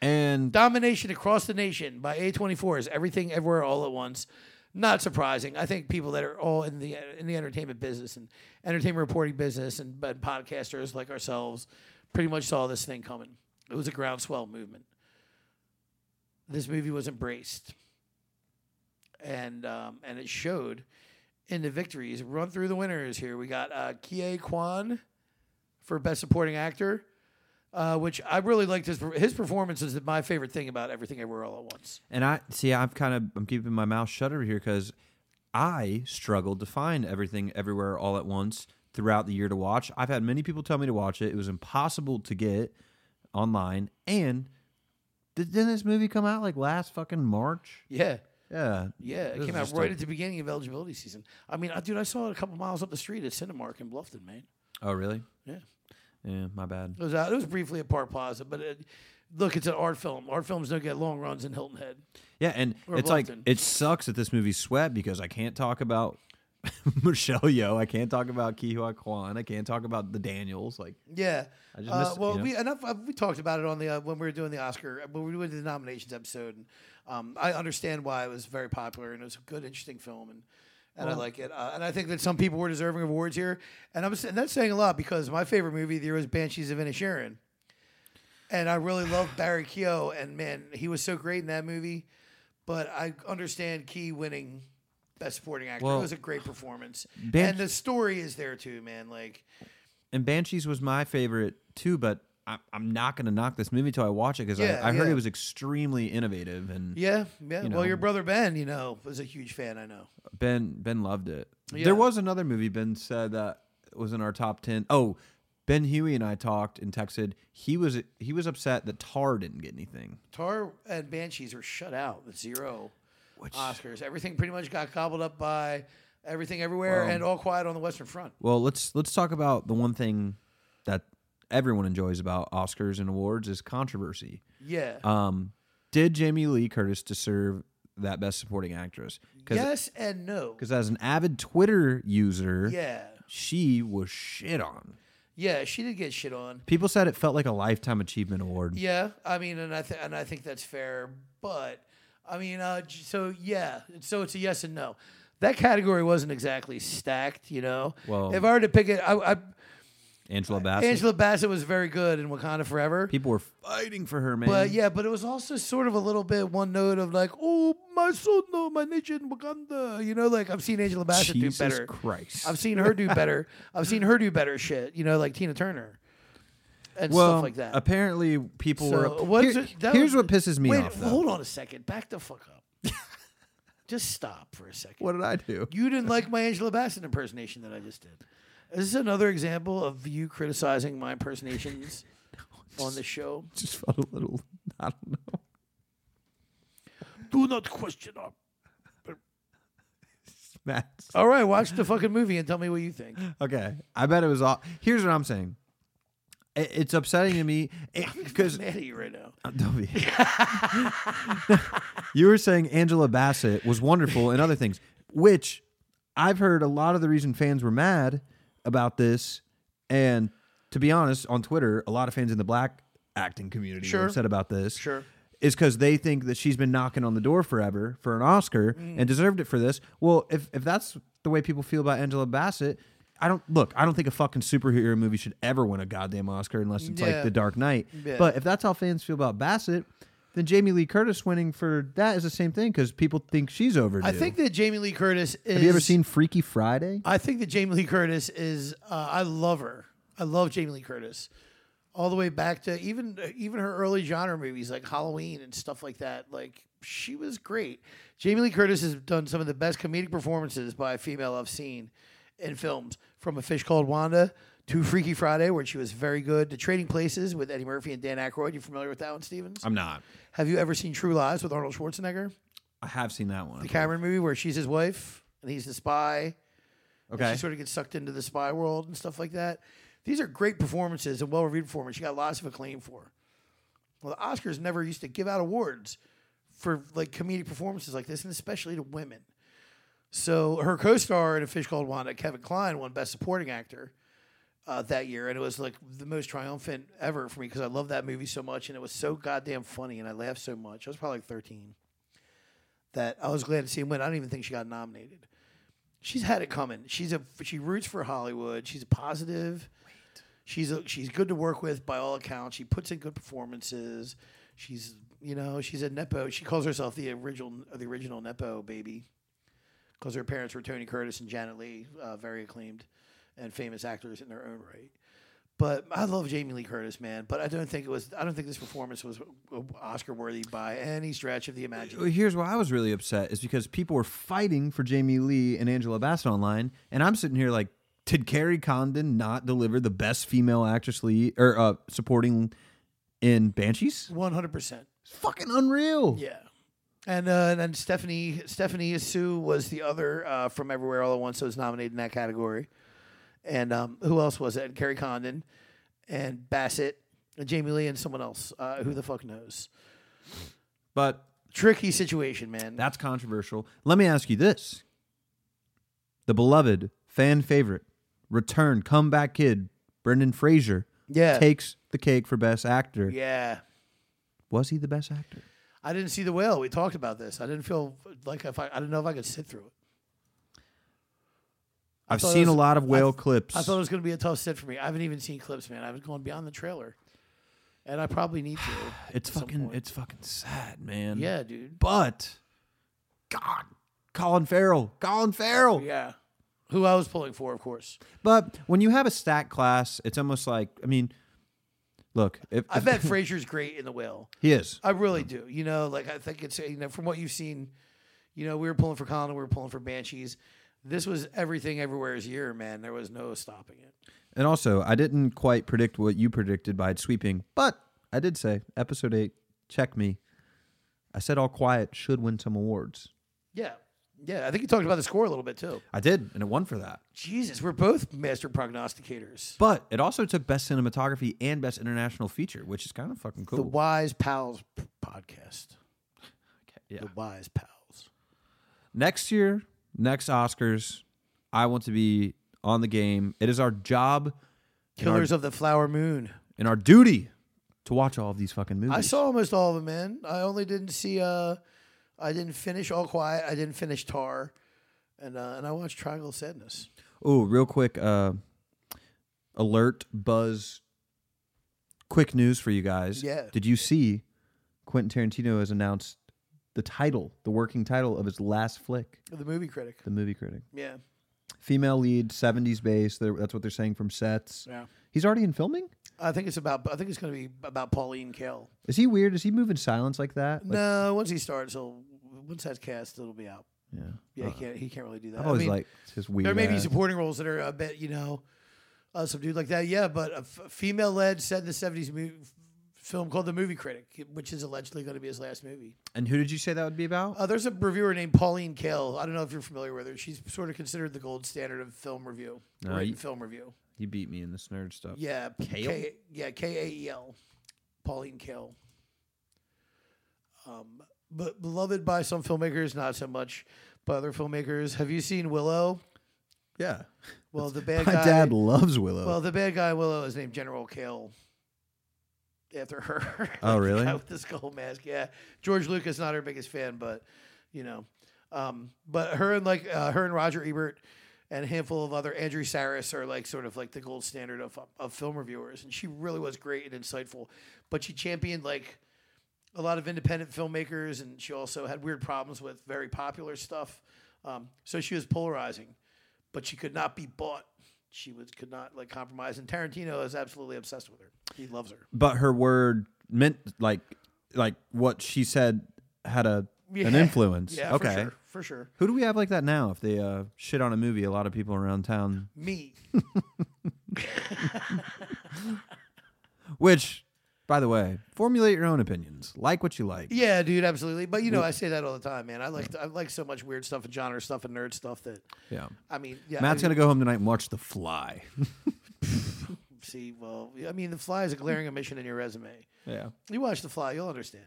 Speaker 1: And
Speaker 2: Domination across the nation by A24 is everything, everywhere, all at once. Not surprising. I think people that are all in the in the entertainment business and entertainment reporting business and, and podcasters like ourselves pretty much saw this thing coming. It was a groundswell movement. This movie was embraced, and um, and it showed in the victories. Run through the winners here. We got uh, Kie Kwan for best supporting actor uh, which I really liked his his performance is my favorite thing about everything everywhere all at once.
Speaker 1: and I see. I'm kind of I'm keeping my mouth shut over here because I struggled to find everything everywhere all at once throughout the year to watch. I've had many people tell me to watch it. It was impossible to get online, and did, didn't this movie come out like last fucking March?
Speaker 2: Yeah,
Speaker 1: Yeah,
Speaker 2: yeah, it
Speaker 1: This
Speaker 2: came
Speaker 1: is
Speaker 2: out
Speaker 1: just
Speaker 2: right
Speaker 1: a-
Speaker 2: at the beginning of eligibility season. I mean, I, dude, I saw it a couple miles up the street at Cinemark in Bluffton, man.
Speaker 1: Oh, really?
Speaker 2: Yeah,
Speaker 1: Yeah, my bad.
Speaker 2: it was out. It was briefly at Park Plaza, but it, look, it's an art film. Art films don't get long runs in Hilton Head.
Speaker 1: Yeah, and
Speaker 2: Or
Speaker 1: it's
Speaker 2: Bluffton.
Speaker 1: like it sucks that this movie sweat because I can't talk about [LAUGHS] Michelle Yeoh, I can't talk about Kihua Kwan, I can't talk about the Daniels. Like,
Speaker 2: Yeah.
Speaker 1: I just
Speaker 2: Uh,
Speaker 1: missed it,
Speaker 2: well,
Speaker 1: you know?
Speaker 2: we enough, uh, we talked about it on the uh, when we were doing the Oscar when we were doing the nominations episode. And, um, I understand why it was very popular and it was a good, interesting film, and and I like it. Uh, and I think that some people were deserving of awards here, and I'm s- and that's saying a lot because my favorite movie of the year was Banshees of Inisherin, and I really
Speaker 1: [SIGHS]
Speaker 2: love Barry Keogh, and man, he was so great in that movie. But I understand Key winning Best Supporting Actor.
Speaker 1: Well,
Speaker 2: it was a great performance,
Speaker 1: Ban-
Speaker 2: and the story is there too, man. Like.
Speaker 1: and Banshees was my favorite too, but I, I'm not gonna knock this movie till I watch it because
Speaker 2: Yeah,
Speaker 1: I, I heard
Speaker 2: yeah.
Speaker 1: it was extremely innovative, and
Speaker 2: Yeah, yeah.
Speaker 1: you
Speaker 2: well, your
Speaker 1: know.
Speaker 2: brother Ben, you know, was a huge fan. I know.
Speaker 1: Ben Ben loved it.
Speaker 2: Yeah.
Speaker 1: There was another movie Ben said that was in our top ten. Oh, Ben Huey and I talked and texted. He was he was upset that Tar didn't get anything.
Speaker 2: Tar and Banshees were shut out with zero
Speaker 1: Which
Speaker 2: Oscars. Everything pretty much got gobbled up by everything everywhere and all quiet on the Western Front.
Speaker 1: Well, let's let's talk about the one thing that everyone enjoys about Oscars and awards is controversy.
Speaker 2: Yeah.
Speaker 1: Um, did Jamie Lee Curtis deserve that Best Supporting Actress? Because
Speaker 2: yes and no.
Speaker 1: as an avid Twitter user,
Speaker 2: Yeah.
Speaker 1: she was shit on.
Speaker 2: Yeah, she did get shit on.
Speaker 1: People said it felt like a lifetime achievement award.
Speaker 2: Yeah, I mean, and I th- and I think that's fair, but I mean, uh, j- so yeah, so it's a yes and no. That category wasn't exactly stacked, you know.
Speaker 1: Well-
Speaker 2: if I were to pick it, I, I
Speaker 1: Angela Bassett.
Speaker 2: Angela Bassett was very good in Wakanda Forever.
Speaker 1: People were fighting for her, man.
Speaker 2: But yeah, but it was also sort of a little bit one note of like, oh my son, no, my nation, Wakanda. You know, like I've seen Angela Bassett
Speaker 1: Jesus
Speaker 2: do better.
Speaker 1: Christ.
Speaker 2: I've seen her do better. I've seen her do better shit. You know, like Tina Turner and
Speaker 1: well,
Speaker 2: stuff like that.
Speaker 1: apparently people
Speaker 2: So,
Speaker 1: were.
Speaker 2: what's
Speaker 1: Here-
Speaker 2: it- that
Speaker 1: here's
Speaker 2: was-
Speaker 1: what pisses me
Speaker 2: Wait,
Speaker 1: off. Though. [LAUGHS]
Speaker 2: hold on a second. Back the fuck up. Just stop for a second.
Speaker 1: What did I do?
Speaker 2: You didn't like my Angela Bassett impersonation that I just did. Is this another example of you criticizing
Speaker 1: [LAUGHS]
Speaker 2: my impersonations on the show?
Speaker 1: Just felt a little. [LAUGHS] I don't know.
Speaker 2: Do not question our.
Speaker 1: Matt.
Speaker 2: All right, watch the fucking movie and tell me what you think. [LAUGHS]
Speaker 1: Okay, I bet it was all. Here's what I'm saying. I- It's upsetting to me eh, because
Speaker 2: Mad at you right now.
Speaker 1: Don't be. [LAUGHS] you were saying Angela Bassett was wonderful and other things, which I've heard a lot of the reason fans were mad about this. And to be honest, on Twitter, a lot of fans in the black acting community
Speaker 2: Sure.
Speaker 1: were upset about this.
Speaker 2: Sure.
Speaker 1: Is because they think that she's been knocking on the door forever for an Oscar
Speaker 2: Mm.
Speaker 1: and deserved it for this. Well, if, if that's the way people feel about Angela Bassett, I don't look. I don't think a fucking superhero movie should ever win a goddamn Oscar unless it's
Speaker 2: Yeah.
Speaker 1: like The Dark Knight.
Speaker 2: Yeah.
Speaker 1: But if that's how fans feel about Bassett, then Jamie Lee Curtis winning for that is the same thing because people think she's overdue.
Speaker 2: I think that Jamie Lee Curtis is.
Speaker 1: Have you ever seen Freaky Friday?
Speaker 2: I think that Jamie Lee Curtis is. Uh, I love her. I love Jamie Lee Curtis, all the way back to even uh, even her early genre movies like Halloween and stuff like that. Like she was great. Jamie Lee Curtis has done some of the best comedic performances by a female I've seen in films, from A Fish Called Wanda to Freaky Friday, where she was very good, to Trading Places with Eddie Murphy and Dan Aykroyd. You familiar with that one, Stevens?
Speaker 1: I'm not.
Speaker 2: Have you ever seen True Lies with Arnold Schwarzenegger?
Speaker 1: I have seen that one.
Speaker 2: The Cameron movie where she's his wife and he's the spy.
Speaker 1: Okay.
Speaker 2: She sort of gets sucked into the spy world and stuff like that. These are great performances and well reviewed performances. She got lots of acclaim for. Well, the Oscars never used to give out awards for like comedic performances like this, and especially to women. So her co-star in A Fish Called Wanda, Kevin Kline, won Best Supporting Actor uh, that year, and it was like the most triumphant ever for me because I love that movie so much, and it was so goddamn funny, and I laughed so much. I was probably like thirteen. That I was glad to see him win. I don't even think she got nominated she's had it coming. She's a she roots for Hollywood. She's a positive. She's a, she's good to work with by all accounts. She puts in good performances. She's you know she's a nepo. She calls herself the original the original nepo baby, because her parents were Tony Curtis and Janet Lee, uh, very acclaimed and famous actors in their own right. But I love Jamie Lee Curtis, man. But I don't think it was. I don't think this performance was uh, Oscar worthy by any stretch of the imagination.
Speaker 1: Well, here's why I was really upset is because people were fighting for Jamie Lee and Angela Bassett online, and I'm sitting here like, did Carrie Condon not deliver the best female actress lead or uh, supporting in Banshees?
Speaker 2: One hundred percent.
Speaker 1: It's fucking unreal.
Speaker 2: Yeah. And, uh, and then Stephanie Stephanie Sue was the other uh, from Everywhere All at Once that was nominated in that category. And um, who else was it? And Kerry Condon and Bassett and Jamie Lee and someone else. Uh, who the fuck knows?
Speaker 1: But
Speaker 2: Tricky situation, man.
Speaker 1: that's controversial. Let me ask you this: the beloved fan favorite, return comeback kid Brendan Fraser
Speaker 2: yeah.
Speaker 1: takes the cake for best actor.
Speaker 2: yeah.
Speaker 1: Was he the best actor?
Speaker 2: I didn't see the whale. We talked about this. I didn't feel like if I, I didn't know if I could sit through it.
Speaker 1: I've
Speaker 2: thought it
Speaker 1: seen
Speaker 2: was-
Speaker 1: a lot of whale
Speaker 2: I th-
Speaker 1: clips.
Speaker 2: I thought it was going to be a tough sit for me. I haven't even seen clips, man. I was going beyond the trailer, and I probably need to. [SIGHS]
Speaker 1: It's
Speaker 2: at some
Speaker 1: fucking
Speaker 2: point.
Speaker 1: it's fucking sad, man.
Speaker 2: yeah, dude.
Speaker 1: But God, Colin Farrell, Colin Farrell.
Speaker 2: Yeah. Who I was pulling for, of course.
Speaker 1: But when you have a stat class, it's almost like I mean, look, if,
Speaker 2: I
Speaker 1: if-
Speaker 2: bet Frazier's great in the whale.
Speaker 1: he is.
Speaker 2: I really do. You know, like I think it's you know from what you've seen, you know we were pulling for Colin, we were pulling for Banshees. This was everything everywhere's year, man. There was no stopping it.
Speaker 1: And also, I didn't quite predict what you predicted by it sweeping, but I did say episode 8, check me. I said All Quiet should win some awards.
Speaker 2: Yeah, yeah. I think you talked about the score a little bit too.
Speaker 1: I did, and it won for that.
Speaker 2: Jesus, we're both master prognosticators.
Speaker 1: But it also took best cinematography and best international feature, which is kind of fucking
Speaker 2: The
Speaker 1: cool.
Speaker 2: Wise Pals p- podcast.
Speaker 1: yeah.
Speaker 2: The Wise Pals.
Speaker 1: next year, next Oscars, I want to be on the game. It is our job and our,
Speaker 2: Killers of the Flower Moon.
Speaker 1: and our duty to watch all of these fucking movies.
Speaker 2: I saw almost all of them, man. I only didn't see. Uh, I didn't finish All Quiet. I didn't finish Tar, and uh, and I watched Triangle of Sadness.
Speaker 1: Oh, real quick, uh, alert buzz. Quick news for you guys.
Speaker 2: Yeah.
Speaker 1: Did you see Quentin Tarantino has announced the title, the working title of his last flick,
Speaker 2: The movie critic.
Speaker 1: The Movie Critic?
Speaker 2: Yeah,
Speaker 1: Female lead, 70s base. they're- That's what they're saying from sets.
Speaker 2: yeah.
Speaker 1: He's already in filming?
Speaker 2: I think it's about. I think it's going to be about Pauline Kael.
Speaker 1: Is he weird? Is he moving silence like that? Like,
Speaker 2: no, once he starts, he'll once that's cast, it'll be out.
Speaker 1: Yeah.
Speaker 2: Yeah, he can't. He can't really do that.
Speaker 1: I've always
Speaker 2: I mean,
Speaker 1: liked his weird.
Speaker 2: there may be
Speaker 1: ass-
Speaker 2: supporting roles that are a bit, you know, uh, subdued like that. Yeah, but a f- female-led set in the '70s mo- f- film called The Movie Critic, which is allegedly going to be his last movie.
Speaker 1: and who did you say that would be about?
Speaker 2: Uh, there's a reviewer named Pauline Kael. I don't know if you're familiar with her. She's sort of considered the gold standard of film review,
Speaker 1: No,
Speaker 2: written
Speaker 1: you-
Speaker 2: film review.
Speaker 1: You beat me in this nerd stuff.
Speaker 2: Yeah,
Speaker 1: Kael?
Speaker 2: K, yeah, K A E L, Pauline Kael. Um, but beloved by some filmmakers, not so much by other filmmakers. Have you seen Willow?
Speaker 1: Yeah.
Speaker 2: Well, the
Speaker 1: [LAUGHS]
Speaker 2: bad
Speaker 1: My
Speaker 2: guy.
Speaker 1: dad loves Willow.
Speaker 2: Well, the bad guy in Willow is named General Kale. After her. [LAUGHS]
Speaker 1: Oh,
Speaker 2: Like, the
Speaker 1: really?
Speaker 2: guy with the skull mask. Yeah. George Lucas not her biggest fan, but you know, um, but her and like uh, her and Roger Ebert and a handful of other Andrew Saris are like sort of like the gold standard of of film reviewers, and she really was great and insightful. But she championed like a lot of independent filmmakers, and she also had weird problems with very popular stuff. Um, so she was polarizing, but she could not be bought. She was could not like compromise, and Tarantino is absolutely obsessed with her. He loves her.
Speaker 1: but her word meant like like what she said had a an
Speaker 2: Yeah.
Speaker 1: influence.
Speaker 2: Yeah,
Speaker 1: okay.
Speaker 2: for sure, for sure.
Speaker 1: Who do we have like that now? If they uh, shit on a movie, a lot of people around town,
Speaker 2: Me,
Speaker 1: which, by the way, formulate your own opinions. Like what you like.
Speaker 2: yeah, dude, absolutely. But you know, I say that all the time, man. I like I like so much weird stuff and genre stuff and nerd stuff that
Speaker 1: Yeah.
Speaker 2: I mean, yeah.
Speaker 1: Matt's
Speaker 2: I
Speaker 1: gonna go home tonight and watch The
Speaker 2: [LAUGHS]
Speaker 1: Fly.
Speaker 2: gonna see. Well, I mean, The Fly is a glaring omission in your resume.
Speaker 1: yeah.
Speaker 2: You watch The Fly, you'll understand.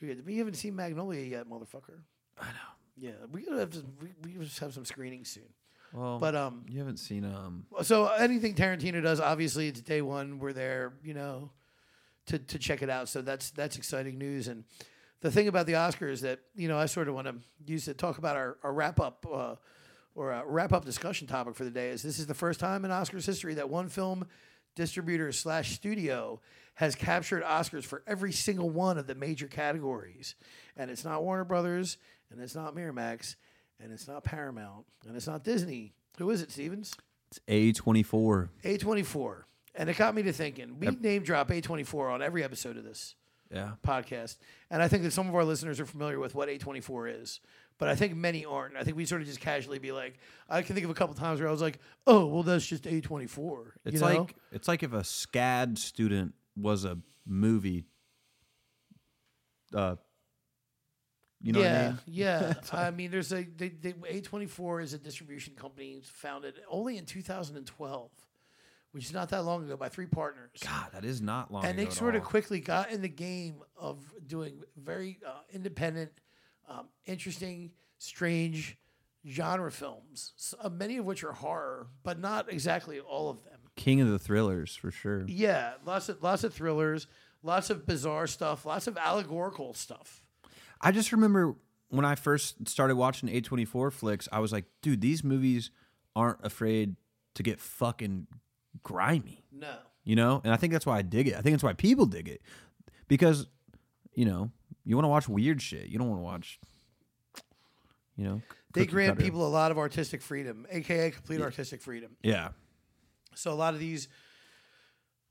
Speaker 2: You you haven't seen Magnolia yet, motherfucker.
Speaker 1: I know.
Speaker 2: Yeah, we gotta have to, we, we just have some screenings soon.
Speaker 1: Well,
Speaker 2: But um,
Speaker 1: you haven't seen um.
Speaker 2: so anything Tarantino does, obviously it's day one. We're there, you know, to to check it out. So that's that's exciting news. And the thing about the Oscars that you know I sort of want to use to talk about our, our wrap up uh, or uh, wrap up discussion topic for the day is this is the first time in Oscars history that one film distributor slash studio has captured Oscars for every single one of the major categories, and it's not Warner Brothers, and it's not Miramax, and it's not Paramount, and it's not Disney. Who is it, Stevens?
Speaker 1: It's A twenty four.
Speaker 2: A24. And it got me to thinking. We name drop A24 on every episode of this
Speaker 1: Yeah.
Speaker 2: podcast. And I think that some of our listeners are familiar with what A24 is, but I think many aren't. I think we sort of just casually be like, I can think of a couple times where I was like, oh, well, that's just A24.
Speaker 1: It's
Speaker 2: you know?
Speaker 1: like it's like if a SCAD student was a movie. Uh, you know what I
Speaker 2: yeah,
Speaker 1: mean? [LAUGHS]
Speaker 2: yeah. I mean, there's a they, they, A24 is a distribution company founded only in 2012, which is not that long ago by three partners.
Speaker 1: God, that is not long.
Speaker 2: and
Speaker 1: ago
Speaker 2: they
Speaker 1: at
Speaker 2: sort of
Speaker 1: all.
Speaker 2: quickly got in the game of doing very uh, independent, um, interesting, strange genre films. s- uh, many of which are horror, but not exactly all of them.
Speaker 1: king of the thrillers for sure.
Speaker 2: Yeah, lots of lots of thrillers, lots of bizarre stuff, lots of allegorical stuff.
Speaker 1: I just remember when I first started watching A24 flicks, I was like, dude, these movies aren't afraid to get fucking grimy,
Speaker 2: No,
Speaker 1: you know? And I think that's why I dig it. I think that's why people dig it because, you know, you want to watch weird shit. You don't want to watch, you know?
Speaker 2: they
Speaker 1: cookie
Speaker 2: grant
Speaker 1: cutter.
Speaker 2: people a lot of artistic freedom, aka complete artistic freedom.
Speaker 1: Yeah.
Speaker 2: So a lot of these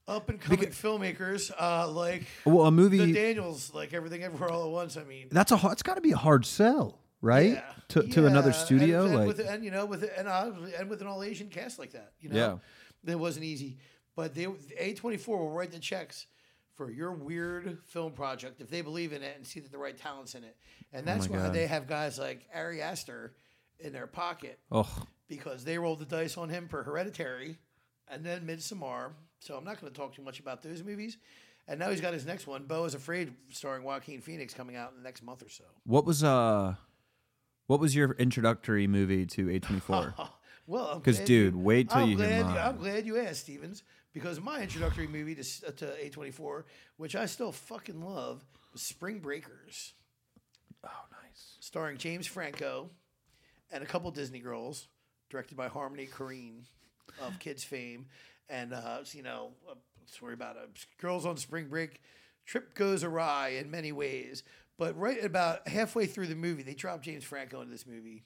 Speaker 2: up and coming filmmakers, uh, like
Speaker 1: Well, a movie.
Speaker 2: the Daniels, like everything everywhere all at once. I mean,
Speaker 1: that's a hard, it's got to be a hard sell, right?
Speaker 2: Yeah.
Speaker 1: To, to another
Speaker 2: Yeah, and-
Speaker 1: studio.
Speaker 2: and,
Speaker 1: like,
Speaker 2: with, and you know, with and uh, and with an all Asian cast like that, you know,
Speaker 1: Yeah.
Speaker 2: that wasn't easy. But they A twenty four will write the checks for your weird film project if they believe in it and see that the right talents in it, and that's
Speaker 1: Oh my
Speaker 2: why
Speaker 1: God.
Speaker 2: they have guys like Ari Aster in their pocket
Speaker 1: oh,
Speaker 2: because they rolled the dice on him for Hereditary and then Midsommar. So I'm not going to talk too much about those movies. And now he's got his next one, Bo is Afraid, starring Joaquin Phoenix, coming out in the next month or so. [LAUGHS]
Speaker 1: what was, uh, what was your introductory movie to [LAUGHS] A24?
Speaker 2: Well, I'm
Speaker 1: 'Cause,
Speaker 2: glad
Speaker 1: dude,
Speaker 2: you-
Speaker 1: wait till
Speaker 2: I'm
Speaker 1: you hear
Speaker 2: glad
Speaker 1: mine.
Speaker 2: I'm glad you asked, Stevens, because my introductory movie to, s- to A24, which I still fucking love, was Spring Breakers,
Speaker 1: oh, nice.
Speaker 2: starring James Franco and a couple Disney girls, directed by Harmony Korine of Kids fame, and uh, it's, you know, a story about a girls on spring break. Trip goes awry in many ways, but right about halfway through the movie, they drop James Franco into this movie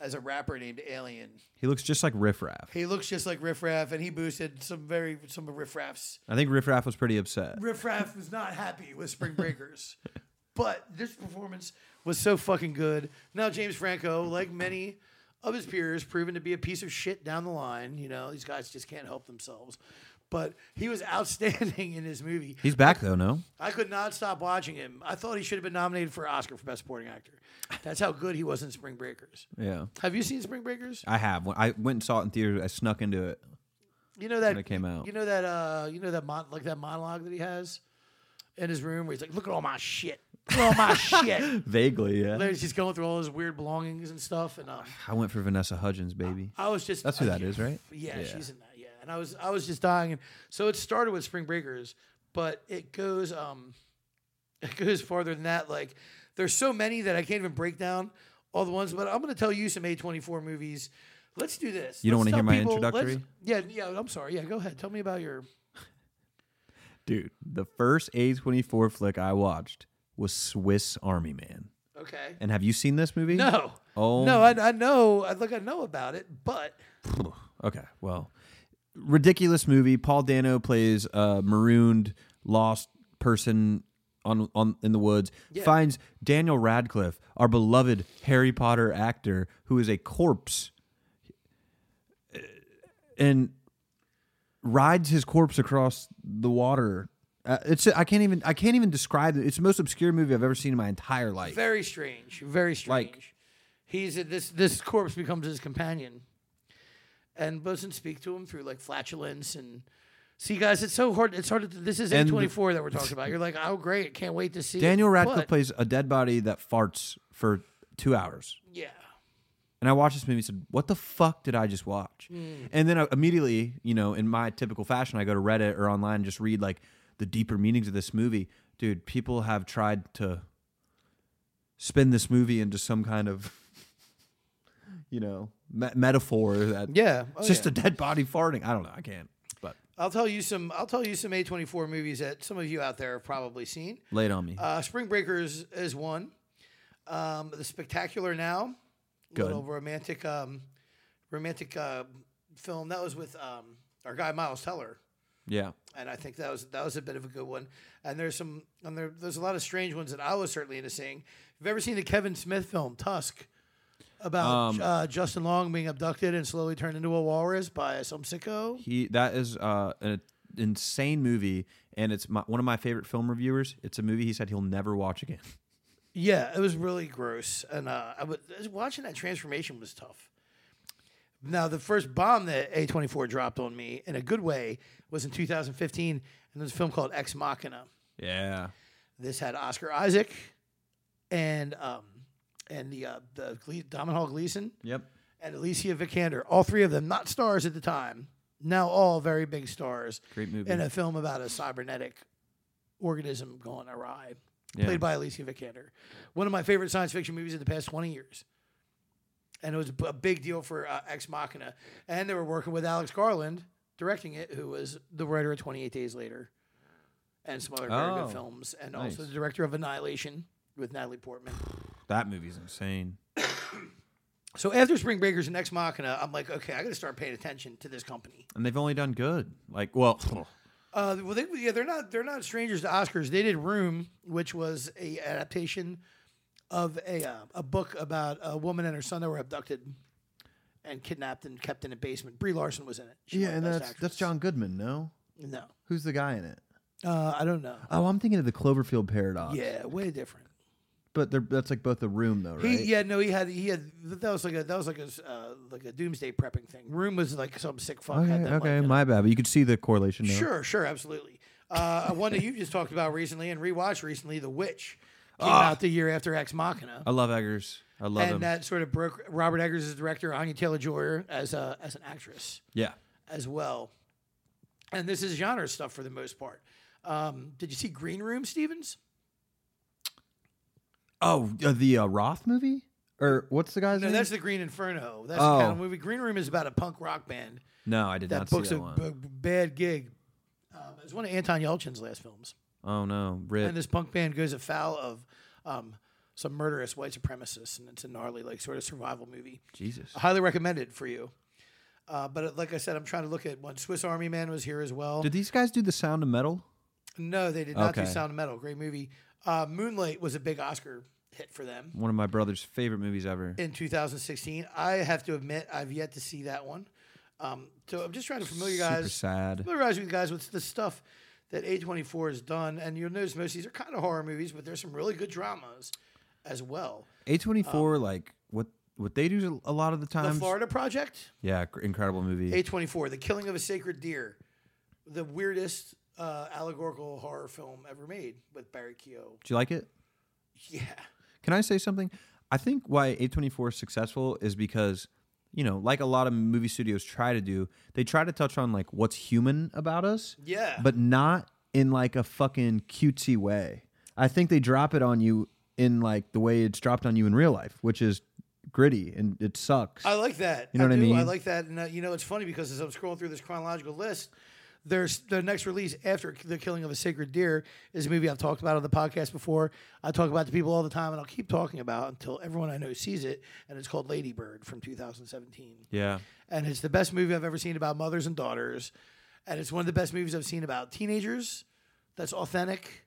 Speaker 2: as a rapper named Alien.
Speaker 1: He looks just like Riff Raff.
Speaker 2: He looks just like Riff Raff, and he boosted some very some of Riff Raff's.
Speaker 1: I think Riff Raff was pretty upset.
Speaker 2: Riff Raff was not happy with Spring Breakers. But this performance was so fucking good. Now James Franco, like many of his peers, proven to be a piece of shit down the line. You know, these guys just can't help themselves. But he was [LAUGHS] outstanding in this movie.
Speaker 1: He's back though, no?
Speaker 2: I could not stop watching him. I thought he should have been nominated for Oscar for Best Supporting Actor. That's how good he was in Spring Breakers.
Speaker 1: Yeah.
Speaker 2: Have you seen Spring Breakers?
Speaker 1: I have. When I went and saw it in theaters. I snuck into it.
Speaker 2: You know that
Speaker 1: it came out.
Speaker 2: You know that uh, you know that mon- like that monologue that he has in his room where he's like, "Look at all my shit. Look at
Speaker 1: [LAUGHS]
Speaker 2: all my shit."
Speaker 1: Vaguely, yeah.
Speaker 2: Like, He's going through all his weird belongings and stuff, and um,
Speaker 1: I went for Vanessa Hudgens, baby.
Speaker 2: I was just
Speaker 1: That's who that is, right?
Speaker 2: Yeah,
Speaker 1: Yeah.
Speaker 2: she's in that. Yeah, and I was I was just dying. And so it started with Spring Breakers, but it goes um, [LAUGHS] it goes farther than that. Like there's so many that I can't even break down all the ones. But I'm gonna tell you some A24 movies. Let's do this.
Speaker 1: You don't
Speaker 2: Let's
Speaker 1: wanna
Speaker 2: tell
Speaker 1: hear my
Speaker 2: people- let's-
Speaker 1: introductory?
Speaker 2: Yeah, yeah. I'm sorry. Yeah, go ahead. Tell me about your.
Speaker 1: Dude, the first A24 flick I watched was Swiss Army Man.
Speaker 2: Okay.
Speaker 1: And have you seen this movie?
Speaker 2: No.
Speaker 1: Oh.
Speaker 2: No, I, I know. I look, I know about it, but
Speaker 1: Okay, well, ridiculous movie. Paul Dano plays a marooned, lost person on on in the woods. Finds Daniel Radcliffe, our beloved Harry Potter actor, who is a corpse, uh, and rides his corpse across the water. Uh, it's I can't even I can't even describe it. It's the most obscure movie I've ever seen in my entire life.
Speaker 2: very strange. Very strange. He's this this corpse becomes his companion, and doesn't speak to him through like flatulence and. See, guys, it's so hard. It's hard. To, this is
Speaker 1: And
Speaker 2: A
Speaker 1: the-
Speaker 2: twenty four that we're talking about. You're like, oh, great! Can't wait to see it,"
Speaker 1: Daniel Radcliffe
Speaker 2: but-
Speaker 1: plays a dead body that farts for two hours.
Speaker 2: Yeah,
Speaker 1: And I watched this movie and said, What the fuck did I just watch?
Speaker 2: Mm.
Speaker 1: And then I immediately, you know, in my typical fashion, I go to Reddit or online and just read like the deeper meanings of this movie. Dude, people have tried to spin this movie into some kind of, [LAUGHS] you know, me- metaphor that
Speaker 2: yeah.
Speaker 1: it's just a dead body farting. I don't know. I can't. But
Speaker 2: I'll tell you some. I'll tell you some A twenty four movies that some of you out there have probably seen.
Speaker 1: lay it on me.
Speaker 2: Uh, Spring Breakers is one. Um, the Spectacular Now,
Speaker 1: Good.
Speaker 2: little romantic, um, romantic uh, film that was with um, our guy Miles Teller,
Speaker 1: yeah.
Speaker 2: and I think that was that was a bit of a good one. And there's some, and there, there's a lot of strange ones that I was certainly into seeing. Have you ever seen the Kevin Smith film Tusk? About
Speaker 1: Um,
Speaker 2: uh, Justin Long being abducted and slowly turned into a walrus by some sicko.
Speaker 1: He that is uh, an insane movie, and it's my, one of my favorite film reviewers. It's a movie he said he'll never watch again. [LAUGHS]
Speaker 2: Yeah, it was really gross, and uh, I was watching that transformation was tough. Now, the first bomb that A24 dropped on me in a good way was in 2015, and there's a film called Ex Machina.
Speaker 1: Yeah.
Speaker 2: This had Oscar Isaac and um, and the uh, the Gle- Domhnall Hall Gleason
Speaker 1: Yep.
Speaker 2: and Alicia Vikander, all three of them not stars at the time, now all very big stars
Speaker 1: Great movie.
Speaker 2: in a film about a cybernetic organism gone awry,
Speaker 1: Yeah.
Speaker 2: played by Alicia Vikander. One of my favorite science fiction movies of the past 20 years. And it was b- a big deal for uh, Ex Machina. And they were working with Alex Garland, directing it, who was the writer of 28 Days Later and some other very
Speaker 1: Oh,
Speaker 2: good films, and also
Speaker 1: nice.
Speaker 2: the director of Annihilation with Natalie Portman.
Speaker 1: That movie's insane.
Speaker 2: So after Spring Breakers and Ex Machina, I'm like, okay, I got to start paying attention to this company.
Speaker 1: And they've only done good. Like,
Speaker 2: [LAUGHS]
Speaker 1: well,
Speaker 2: Uh, well, they, yeah, they're not they're not strangers to Oscars. They did Room, which was a adaptation of a uh, a book about a woman and her son that were abducted and kidnapped and kept in a basement. Brie Larson was in it. She won Best Actress.
Speaker 1: Goodman, no?
Speaker 2: No,
Speaker 1: Who's the guy in it?
Speaker 2: uh, I don't know.
Speaker 1: Oh, I'm thinking of the Cloverfield Paradox.
Speaker 2: Yeah, way different.
Speaker 1: but they're, that's like both the room though,
Speaker 2: He, yeah, no, he had he had that was like a that was like a s- uh, like a doomsday prepping thing. Room was like some sick fuck.
Speaker 1: Okay,
Speaker 2: had that, like,
Speaker 1: okay,
Speaker 2: uh,
Speaker 1: my bad. But you could see the correlation. There.
Speaker 2: Sure, sure, absolutely. Uh, one that you just talked about recently and rewatched recently, The Witch, came
Speaker 1: Ah.
Speaker 2: out the year after Ex Machina,
Speaker 1: I love Eggers. I love
Speaker 2: and
Speaker 1: him.
Speaker 2: that sort of broke Robert Eggers as director, Anya Taylor Joy as a, as an actress
Speaker 1: yeah.
Speaker 2: as well. And this is genre stuff for the most part. Um, did you see Green Room, Stevens?
Speaker 1: Oh, uh, the uh, Roth movie, or what's the guy's
Speaker 2: No,
Speaker 1: name?
Speaker 2: that's the Green Inferno. That's the kind of
Speaker 1: Mm. Oh.
Speaker 2: movie. Green Room is about a punk rock band
Speaker 1: no, I did
Speaker 2: that
Speaker 1: not see
Speaker 2: books
Speaker 1: that
Speaker 2: a
Speaker 1: one.
Speaker 2: b- bad gig. Um, it was one of Anton Yelchin's last films.
Speaker 1: oh no, Rip.
Speaker 2: and this punk band goes afoul of um, some murderous white supremacists, and it's a gnarly, like, sort of survival movie.
Speaker 1: Jesus.
Speaker 2: I highly recommend it for you. Uh, but uh, like I said, I'm trying to look at one. Swiss Army Man was here as well.
Speaker 1: Did these guys do the Sound of Metal?
Speaker 2: no, they did not
Speaker 1: Okay.
Speaker 2: do Sound of Metal. Great movie. Uh, Moonlight was a big Oscar hit for them
Speaker 1: One of my brother's favorite movies ever.
Speaker 2: in 2016. I have to admit, I've yet to see that one. Um, so I'm just trying to familiar
Speaker 1: Super
Speaker 2: guys,
Speaker 1: sad.
Speaker 2: familiarize you guys with the stuff that A24 has done. And you'll notice most of these are kind of horror movies, but there's some really good dramas as well.
Speaker 1: A twenty four, like what what they do a lot of the
Speaker 2: Um, The
Speaker 1: times.
Speaker 2: Florida Project,
Speaker 1: yeah, gr- incredible movie.
Speaker 2: A24, The Killing of a Sacred Deer, the weirdest uh, allegorical horror film ever made with Barry Keogh.
Speaker 1: do you like it?
Speaker 2: Yeah.
Speaker 1: Can I say something? I think why A24 is successful is because, you know, like a lot of movie studios try to do, they try to touch on like what's human about us,
Speaker 2: Yeah.
Speaker 1: but not in like a fucking cutesy way. I think they drop it on you in like the way it's dropped on you in real life, which is gritty and it sucks.
Speaker 2: I like that.
Speaker 1: You know what I
Speaker 2: do. I
Speaker 1: mean?
Speaker 2: like that. And uh, you know, it's funny because as I'm scrolling through this chronological list, there's the next release after the killing of a sacred deer is a movie I've talked about on the podcast before. I talk about to people all the time, and I'll keep talking about until everyone I know sees it. And it's called Lady Bird from 2017,
Speaker 1: yeah.
Speaker 2: and it's the best movie I've ever seen about mothers and daughters, and it's one of the best movies I've seen about teenagers. That's authentic.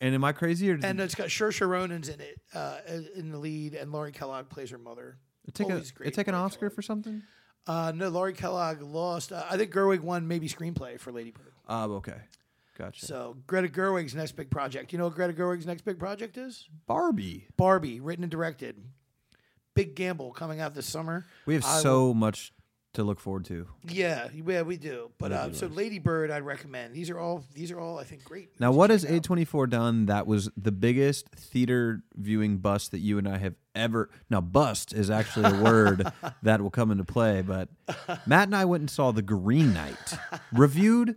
Speaker 1: And am I crazy or
Speaker 2: And it's got Saoirse Ronan's in it, uh, in the lead, and Laurie Kellogg plays her mother.
Speaker 1: it take, a,
Speaker 2: always great
Speaker 1: it take an
Speaker 2: Lauren
Speaker 1: Oscar
Speaker 2: Kellogg.
Speaker 1: for something?
Speaker 2: Uh, no, Laurie Kellogg lost. Uh, I think Gerwig won maybe screenplay for Lady Bird.
Speaker 1: Oh, okay. Gotcha.
Speaker 2: So Greta Gerwig's next big project. You know what Greta Gerwig's next big project is?
Speaker 1: Barbie.
Speaker 2: Barbie, written and directed. Big Gamble coming out this summer.
Speaker 1: We have
Speaker 2: I
Speaker 1: so much to look forward to.
Speaker 2: yeah, yeah, we do. But uh, so Lady Bird, I'd recommend. These are all these are all I think great.
Speaker 1: Now,
Speaker 2: movies
Speaker 1: what
Speaker 2: to
Speaker 1: has
Speaker 2: check out.
Speaker 1: A24 done that was the biggest theater viewing bust that you and I have ever? Now, bust is actually a
Speaker 2: [LAUGHS]
Speaker 1: word that will come into play, but Matt and I went and saw The Green Knight, reviewed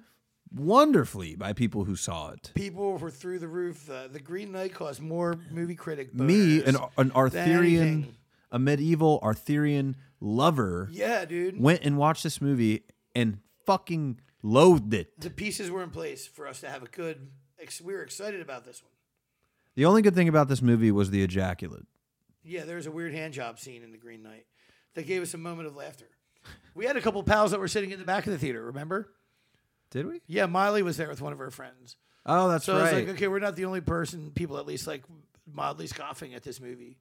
Speaker 1: wonderfully by people who saw it.
Speaker 2: People were through the roof. Uh, the Green Knight caused more movie critic.
Speaker 1: Me,
Speaker 2: boners
Speaker 1: an, an
Speaker 2: than
Speaker 1: Arthurian,
Speaker 2: anything.
Speaker 1: a medieval Arthurian lover,
Speaker 2: Yeah, dude.
Speaker 1: went and watched this movie and fucking loathed it.
Speaker 2: the pieces were in place for us to have a good. Ex- we were excited about this one.
Speaker 1: The only good thing about this movie was the ejaculate.
Speaker 2: Yeah, there was a weird hand job scene in The Green Knight that gave us a moment of laughter. We had a couple pals that were sitting in the back of the theater, remember?
Speaker 1: Did we?
Speaker 2: Yeah, Miley was there with one of her friends.
Speaker 1: Oh, that's
Speaker 2: So I
Speaker 1: right.
Speaker 2: was like, okay, we're not the only person, people at least like mildly scoffing at this movie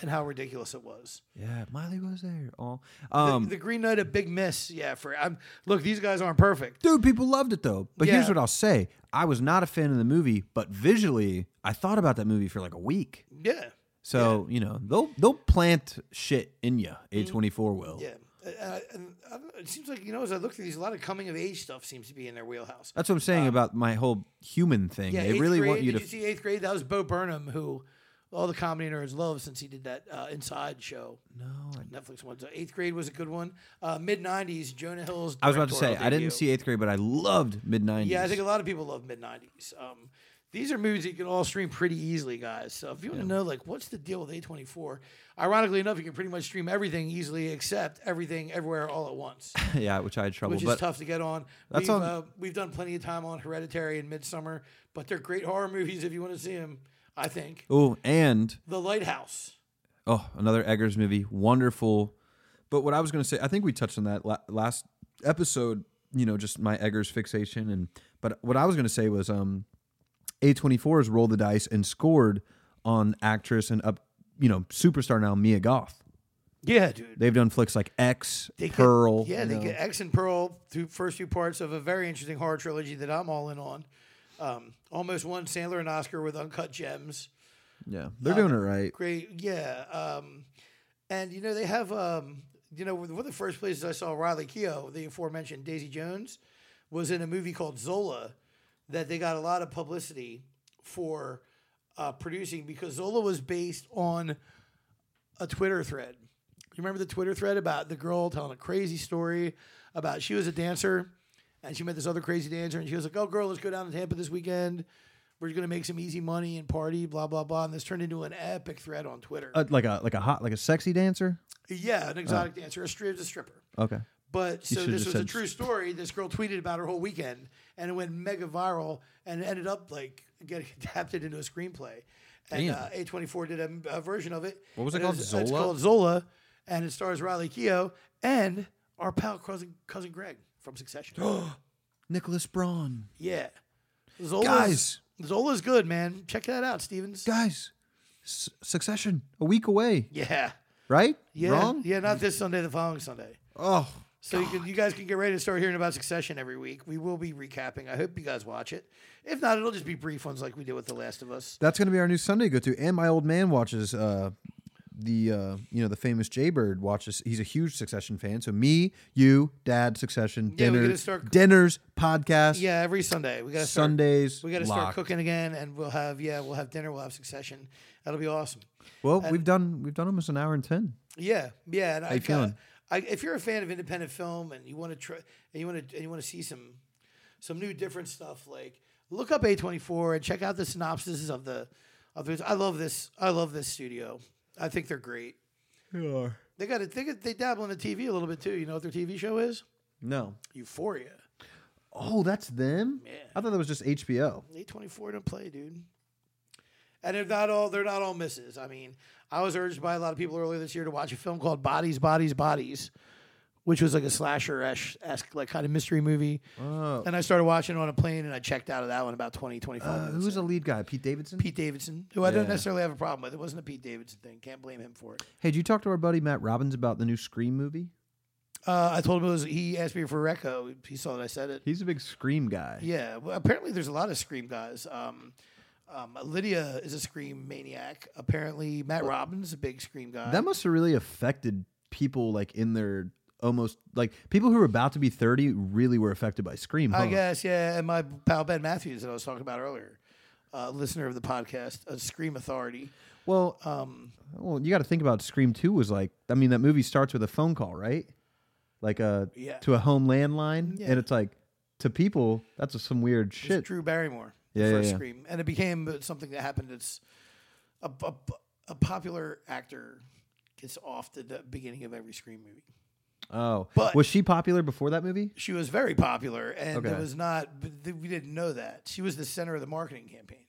Speaker 2: and how ridiculous it was.
Speaker 1: Yeah, Miley was there. Oh,
Speaker 2: The-
Speaker 1: um,
Speaker 2: the Green Knight, a big miss. Yeah, for I'm look, these guys aren't perfect.
Speaker 1: dude, people loved it though. But here's
Speaker 2: Yeah.
Speaker 1: what I'll say: I was not a fan of the movie, but visually, I thought about that movie for like a week.
Speaker 2: Yeah, Mm-hmm.
Speaker 1: So you know, they'll they'll plant shit in you. A twenty four will.
Speaker 2: yeah. Uh, uh, and I don't know, it seems like you know, as I look through these, a lot of coming of age stuff seems to be in their wheelhouse.
Speaker 1: That's what I'm saying about my whole human thing.
Speaker 2: Um, Yeah,
Speaker 1: Uh, they
Speaker 2: eighth
Speaker 1: really
Speaker 2: grade,
Speaker 1: want you
Speaker 2: did
Speaker 1: to.
Speaker 2: you see eighth grade? That was Bo Burnham, who all the comedy nerds love since he did that uh, Inside show.
Speaker 1: no, I,
Speaker 2: Netflix one. So eighth grade was a good one. Uh, Mid '90s, Jonah Hill's.
Speaker 1: I was about to say
Speaker 2: directorial
Speaker 1: I didn't
Speaker 2: debut.
Speaker 1: see eighth grade, but I loved mid nineties.
Speaker 2: Yeah, I think a lot of people love mid '90s. Um, these are movies that you can all stream pretty easily, guys. So if you want to know, like, what's the deal with A24? Ironically enough, you can pretty much stream everything easily, except everything, everywhere, all at once,
Speaker 1: [LAUGHS] yeah, which I had trouble.
Speaker 2: which is
Speaker 1: but
Speaker 2: tough to get on.
Speaker 1: That's
Speaker 2: we've,
Speaker 1: on-
Speaker 2: Uh, we've done plenty of time on Hereditary and Midsummer, but they're great horror movies if you want to see them. I think.
Speaker 1: oh, and
Speaker 2: The Lighthouse.
Speaker 1: Oh, another Eggers movie. Wonderful. But what I was going to say, I think we touched on that la- last episode, you know, just my Eggers fixation and but what I was going to say was um A24 has rolled the dice and scored on actress and up, you know, superstar now Mia Goth.
Speaker 2: Yeah, dude.
Speaker 1: They've done flicks like X,
Speaker 2: They get-
Speaker 1: Pearl.
Speaker 2: yeah,
Speaker 1: you
Speaker 2: they
Speaker 1: know.
Speaker 2: get X and Pearl, two first two parts of a very interesting horror trilogy that I'm all in on. Um, almost won Sandler and Oscar with Uncut Gems.
Speaker 1: Yeah. They're
Speaker 2: Oh,
Speaker 1: doing it right.
Speaker 2: Great, yeah. Um, and you know they have, um, you know, one of the first places I saw Riley Keough, the aforementioned Daisy Jones, was in a movie called Zola that they got a lot of publicity for uh, producing because Zola was based on a Twitter thread. You remember the Twitter thread about the girl telling a crazy story about she was a dancer and she met this other crazy dancer and she was like, "Oh, girl, let's go down to Tampa this weekend. We're gonna make some easy money and party, blah blah blah." And this turned into an epic thread on Twitter.
Speaker 1: Uh, like a like a hot like a sexy dancer.
Speaker 2: yeah, an exotic dancer, a strip, a stripper.
Speaker 1: Okay.
Speaker 2: But so
Speaker 1: should've
Speaker 2: this
Speaker 1: just
Speaker 2: was a
Speaker 1: said-
Speaker 2: true story. This girl tweeted about her whole weekend, and it went mega viral, and it ended up like getting [LAUGHS] adapted into a screenplay. And
Speaker 1: Damn.
Speaker 2: uh, A24 did a, a version of it.
Speaker 1: What was it
Speaker 2: and
Speaker 1: called?
Speaker 2: It's, it's
Speaker 1: Zola?
Speaker 2: called Zola, and it stars Riley Keough and
Speaker 1: [GASPS]
Speaker 2: our pal cousin cousin Greg from Succession.
Speaker 1: Nicholas Braun.
Speaker 2: yeah. Zola's,
Speaker 1: Guys.
Speaker 2: Zola's good, man. Check that out, Stevens.
Speaker 1: Guys, S- Succession, a week away,
Speaker 2: Yeah.
Speaker 1: right?
Speaker 2: Yeah.
Speaker 1: Wrong?
Speaker 2: Yeah, not this Sunday, the following Sunday.
Speaker 1: Oh,
Speaker 2: So you, can, you guys can get ready to start hearing about Succession every week. We will be recapping. I hope you guys watch it. If not, it'll just be brief ones like we did with The Last of Us.
Speaker 1: that's going to be our new Sunday go to. And my old man watches uh, the uh, you know the famous Jaybird watches. He's a huge Succession fan. So me, you, Dad, Succession,
Speaker 2: Yeah, we gotta
Speaker 1: dinners,
Speaker 2: start-
Speaker 1: dinners, podcast,
Speaker 2: Yeah, every Sunday we got to start.
Speaker 1: Sundays.
Speaker 2: We got to
Speaker 1: locked.
Speaker 2: start cooking again, and we'll have yeah, we'll have dinner. We'll have Succession. That'll be awesome.
Speaker 1: Well, we've done we've done almost an hour and ten.
Speaker 2: Yeah, yeah. And I,
Speaker 1: you
Speaker 2: kinda-
Speaker 1: feeling?
Speaker 2: I, if you're a fan of independent film and you want to try and you want to and you want to see some some new different stuff, like look up A24 and check out the synopsis of the of this. I love this. I love this studio. I think they're great. They got to they got, they dabble in the TV a little bit too. You know what their TV show is?
Speaker 1: No.
Speaker 2: Euphoria.
Speaker 1: Oh, that's them.
Speaker 2: Yeah.
Speaker 1: I thought that was just HBO.
Speaker 2: A24 don't play, dude. And they're not all they're not all misses. I mean, I was urged by a lot of people earlier this year to watch a film called Bodies, Bodies, Bodies, which was like a slasher esque like kind of mystery movie.
Speaker 1: Oh.
Speaker 2: And I started watching it on a plane and I checked out of that one about 20, 25
Speaker 1: Uh,
Speaker 2: minutes.
Speaker 1: who was the
Speaker 2: in.
Speaker 1: lead guy? Pete Davidson.
Speaker 2: Pete Davidson, who I don't
Speaker 1: Yeah.
Speaker 2: necessarily have a problem with. It wasn't a Pete Davidson thing. Can't blame him for it.
Speaker 1: Hey, did you talk to our buddy Matt Robbins about the new Scream movie?
Speaker 2: Uh, I told him it was he asked me for Reco. He saw that I said it.
Speaker 1: He's a big Scream guy.
Speaker 2: Yeah, well, apparently there's a lot of Scream guys. Um, um, Lydia is a Scream maniac. Apparently, Matt Robbins is a big Scream guy.
Speaker 1: That must have really affected people like in their almost like people who were about to be 30 really were affected by Scream.
Speaker 2: I
Speaker 1: huh?
Speaker 2: guess, yeah. And my pal Ben Matthews that I was talking about earlier, uh, listener of the podcast, a Scream authority.
Speaker 1: Well, uh,
Speaker 2: Um,
Speaker 1: well, you got to think about Scream 2 was like I mean that movie starts with a phone call, right? Like a
Speaker 2: Yeah.
Speaker 1: to a home landline
Speaker 2: Yeah.
Speaker 1: and it's like to people that's some weird
Speaker 2: it's
Speaker 1: shit.
Speaker 2: Drew Barrymore.
Speaker 1: Yeah, yeah,
Speaker 2: first
Speaker 1: yeah.
Speaker 2: Scream, and it became something that happened. It's a, a, a popular actor gets off the, the beginning of every Scream movie.
Speaker 1: Oh.
Speaker 2: But-
Speaker 1: was she popular before that movie?
Speaker 2: she was very popular, and it
Speaker 1: Okay.
Speaker 2: was not. but th- We didn't know that she was the center of the marketing campaign.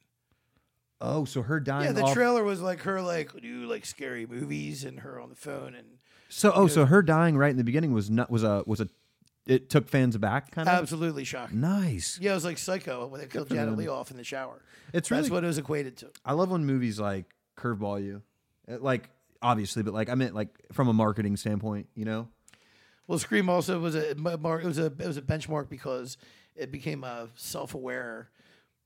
Speaker 1: Oh, so her dying
Speaker 2: Yeah, the
Speaker 1: off
Speaker 2: trailer was like her, like do you like scary movies, and her on the phone, and
Speaker 1: So oh, so her dying right in the beginning was not was a was a it took fans aback kind of.
Speaker 2: absolutely shocking.
Speaker 1: nice.
Speaker 2: Yeah, it was like Psycho when they killed
Speaker 1: for
Speaker 2: Janet
Speaker 1: them.
Speaker 2: Lee off in the shower.
Speaker 1: It's
Speaker 2: That's
Speaker 1: really
Speaker 2: what it was equated to.
Speaker 1: I love when movies like curveball you. Uh, Like obviously, but like I meant like from a marketing standpoint, you know?
Speaker 2: Well, Scream also was a mar- it was a it was a benchmark because it became a self aware,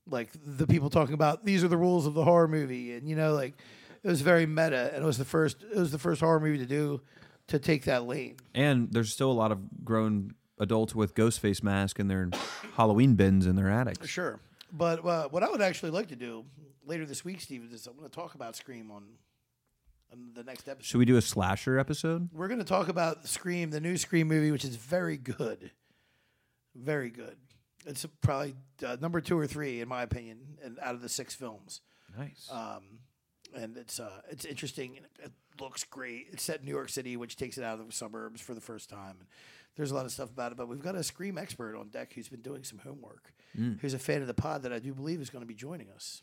Speaker 2: like the people talking about these are the rules of the horror movie, and you know like it was very meta, and it was the first it was the first horror movie to do to take that lane.
Speaker 1: And there's still a lot of grown adults with ghost face masks in their Halloween bins in their attics.
Speaker 2: Sure. But uh, what I would actually like to do later this week, Stevens, is I'm going to talk about Scream on, on the next episode.
Speaker 1: Should we do a slasher episode?
Speaker 2: We're going to talk about Scream, the new Scream movie, which is very good. Very good. It's probably uh, number two or three, in my opinion, and out of the six films.
Speaker 1: Nice.
Speaker 2: Um, and it's uh, it's interesting. and It, it looks great. It's set in New York City, which takes it out of the suburbs for the first time. And there's a lot of stuff about it. But we've got a Scream expert on deck who's been doing some homework,
Speaker 1: Hmm.
Speaker 2: who's a fan of the pod that I do believe is going to be joining us.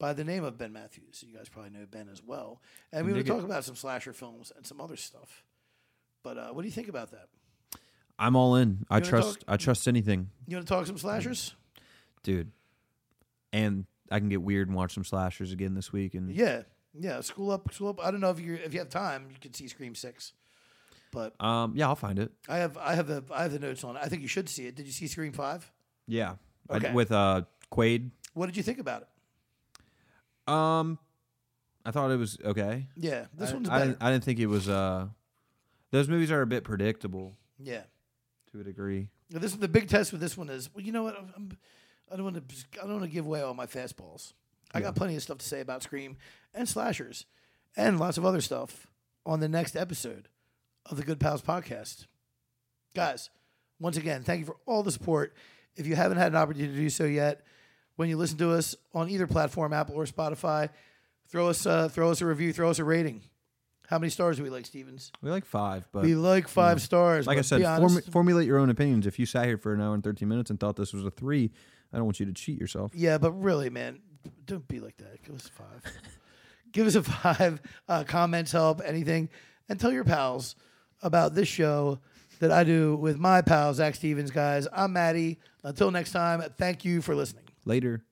Speaker 2: By the name of Ben Matthews, you guys probably know Ben as well, and we
Speaker 1: Dig it.
Speaker 2: will talk about some slasher films and some other stuff. But uh, what do you think about that?
Speaker 1: I'm all in. I
Speaker 2: You wanna
Speaker 1: trust
Speaker 2: talk-
Speaker 1: I trust anything,
Speaker 2: You want to talk some slashers?
Speaker 1: dude. And I can get weird and watch some slashers again this week and
Speaker 2: Yeah, yeah. School up, school up. I don't know if you if you have time, you can see Scream Six, but
Speaker 1: um yeah, I'll find it.
Speaker 2: I have I have the I have the notes on. it. I think you should see it. Did you see Scream Five?
Speaker 1: Yeah. I-
Speaker 2: Okay.
Speaker 1: with uh Quaid.
Speaker 2: What did you think about it?
Speaker 1: Um I thought it was okay.
Speaker 2: Yeah, this
Speaker 1: I,
Speaker 2: one's
Speaker 1: I
Speaker 2: better.
Speaker 1: didn't, I didn't think it was uh those movies are a bit predictable
Speaker 2: yeah,
Speaker 1: to a degree.
Speaker 2: Now, this the big test with this one is. Well, you know what? I'm, I'm, I don't want to I don't want to give away all my fastballs. I got plenty of stuff to say about Scream and slashers, and lots of other stuff on the next episode of the Good Pals podcast. Guys, once again, thank you for all the support. If you haven't had an opportunity to do so yet, when you listen to us on either platform, Apple or Spotify, throw us uh, throw us a review, throw us a rating. How many stars do we like, Stevens?
Speaker 1: We like five, but
Speaker 2: We like five stars.
Speaker 1: Uh, like I
Speaker 2: but
Speaker 1: said,
Speaker 2: be
Speaker 1: form,
Speaker 2: honest-
Speaker 1: formulate your own opinions. If you sat here for an hour and thirteen minutes and thought this was a three, I don't want you to cheat yourself.
Speaker 2: Yeah, but really, man, don't be like that. Give us a five. Give us a five. Uh, comments help, anything. And tell your pals about this show that I do with my pal, Zach Stevens, guys. I'm Maddie. Until next time, thank you for listening.
Speaker 1: Later.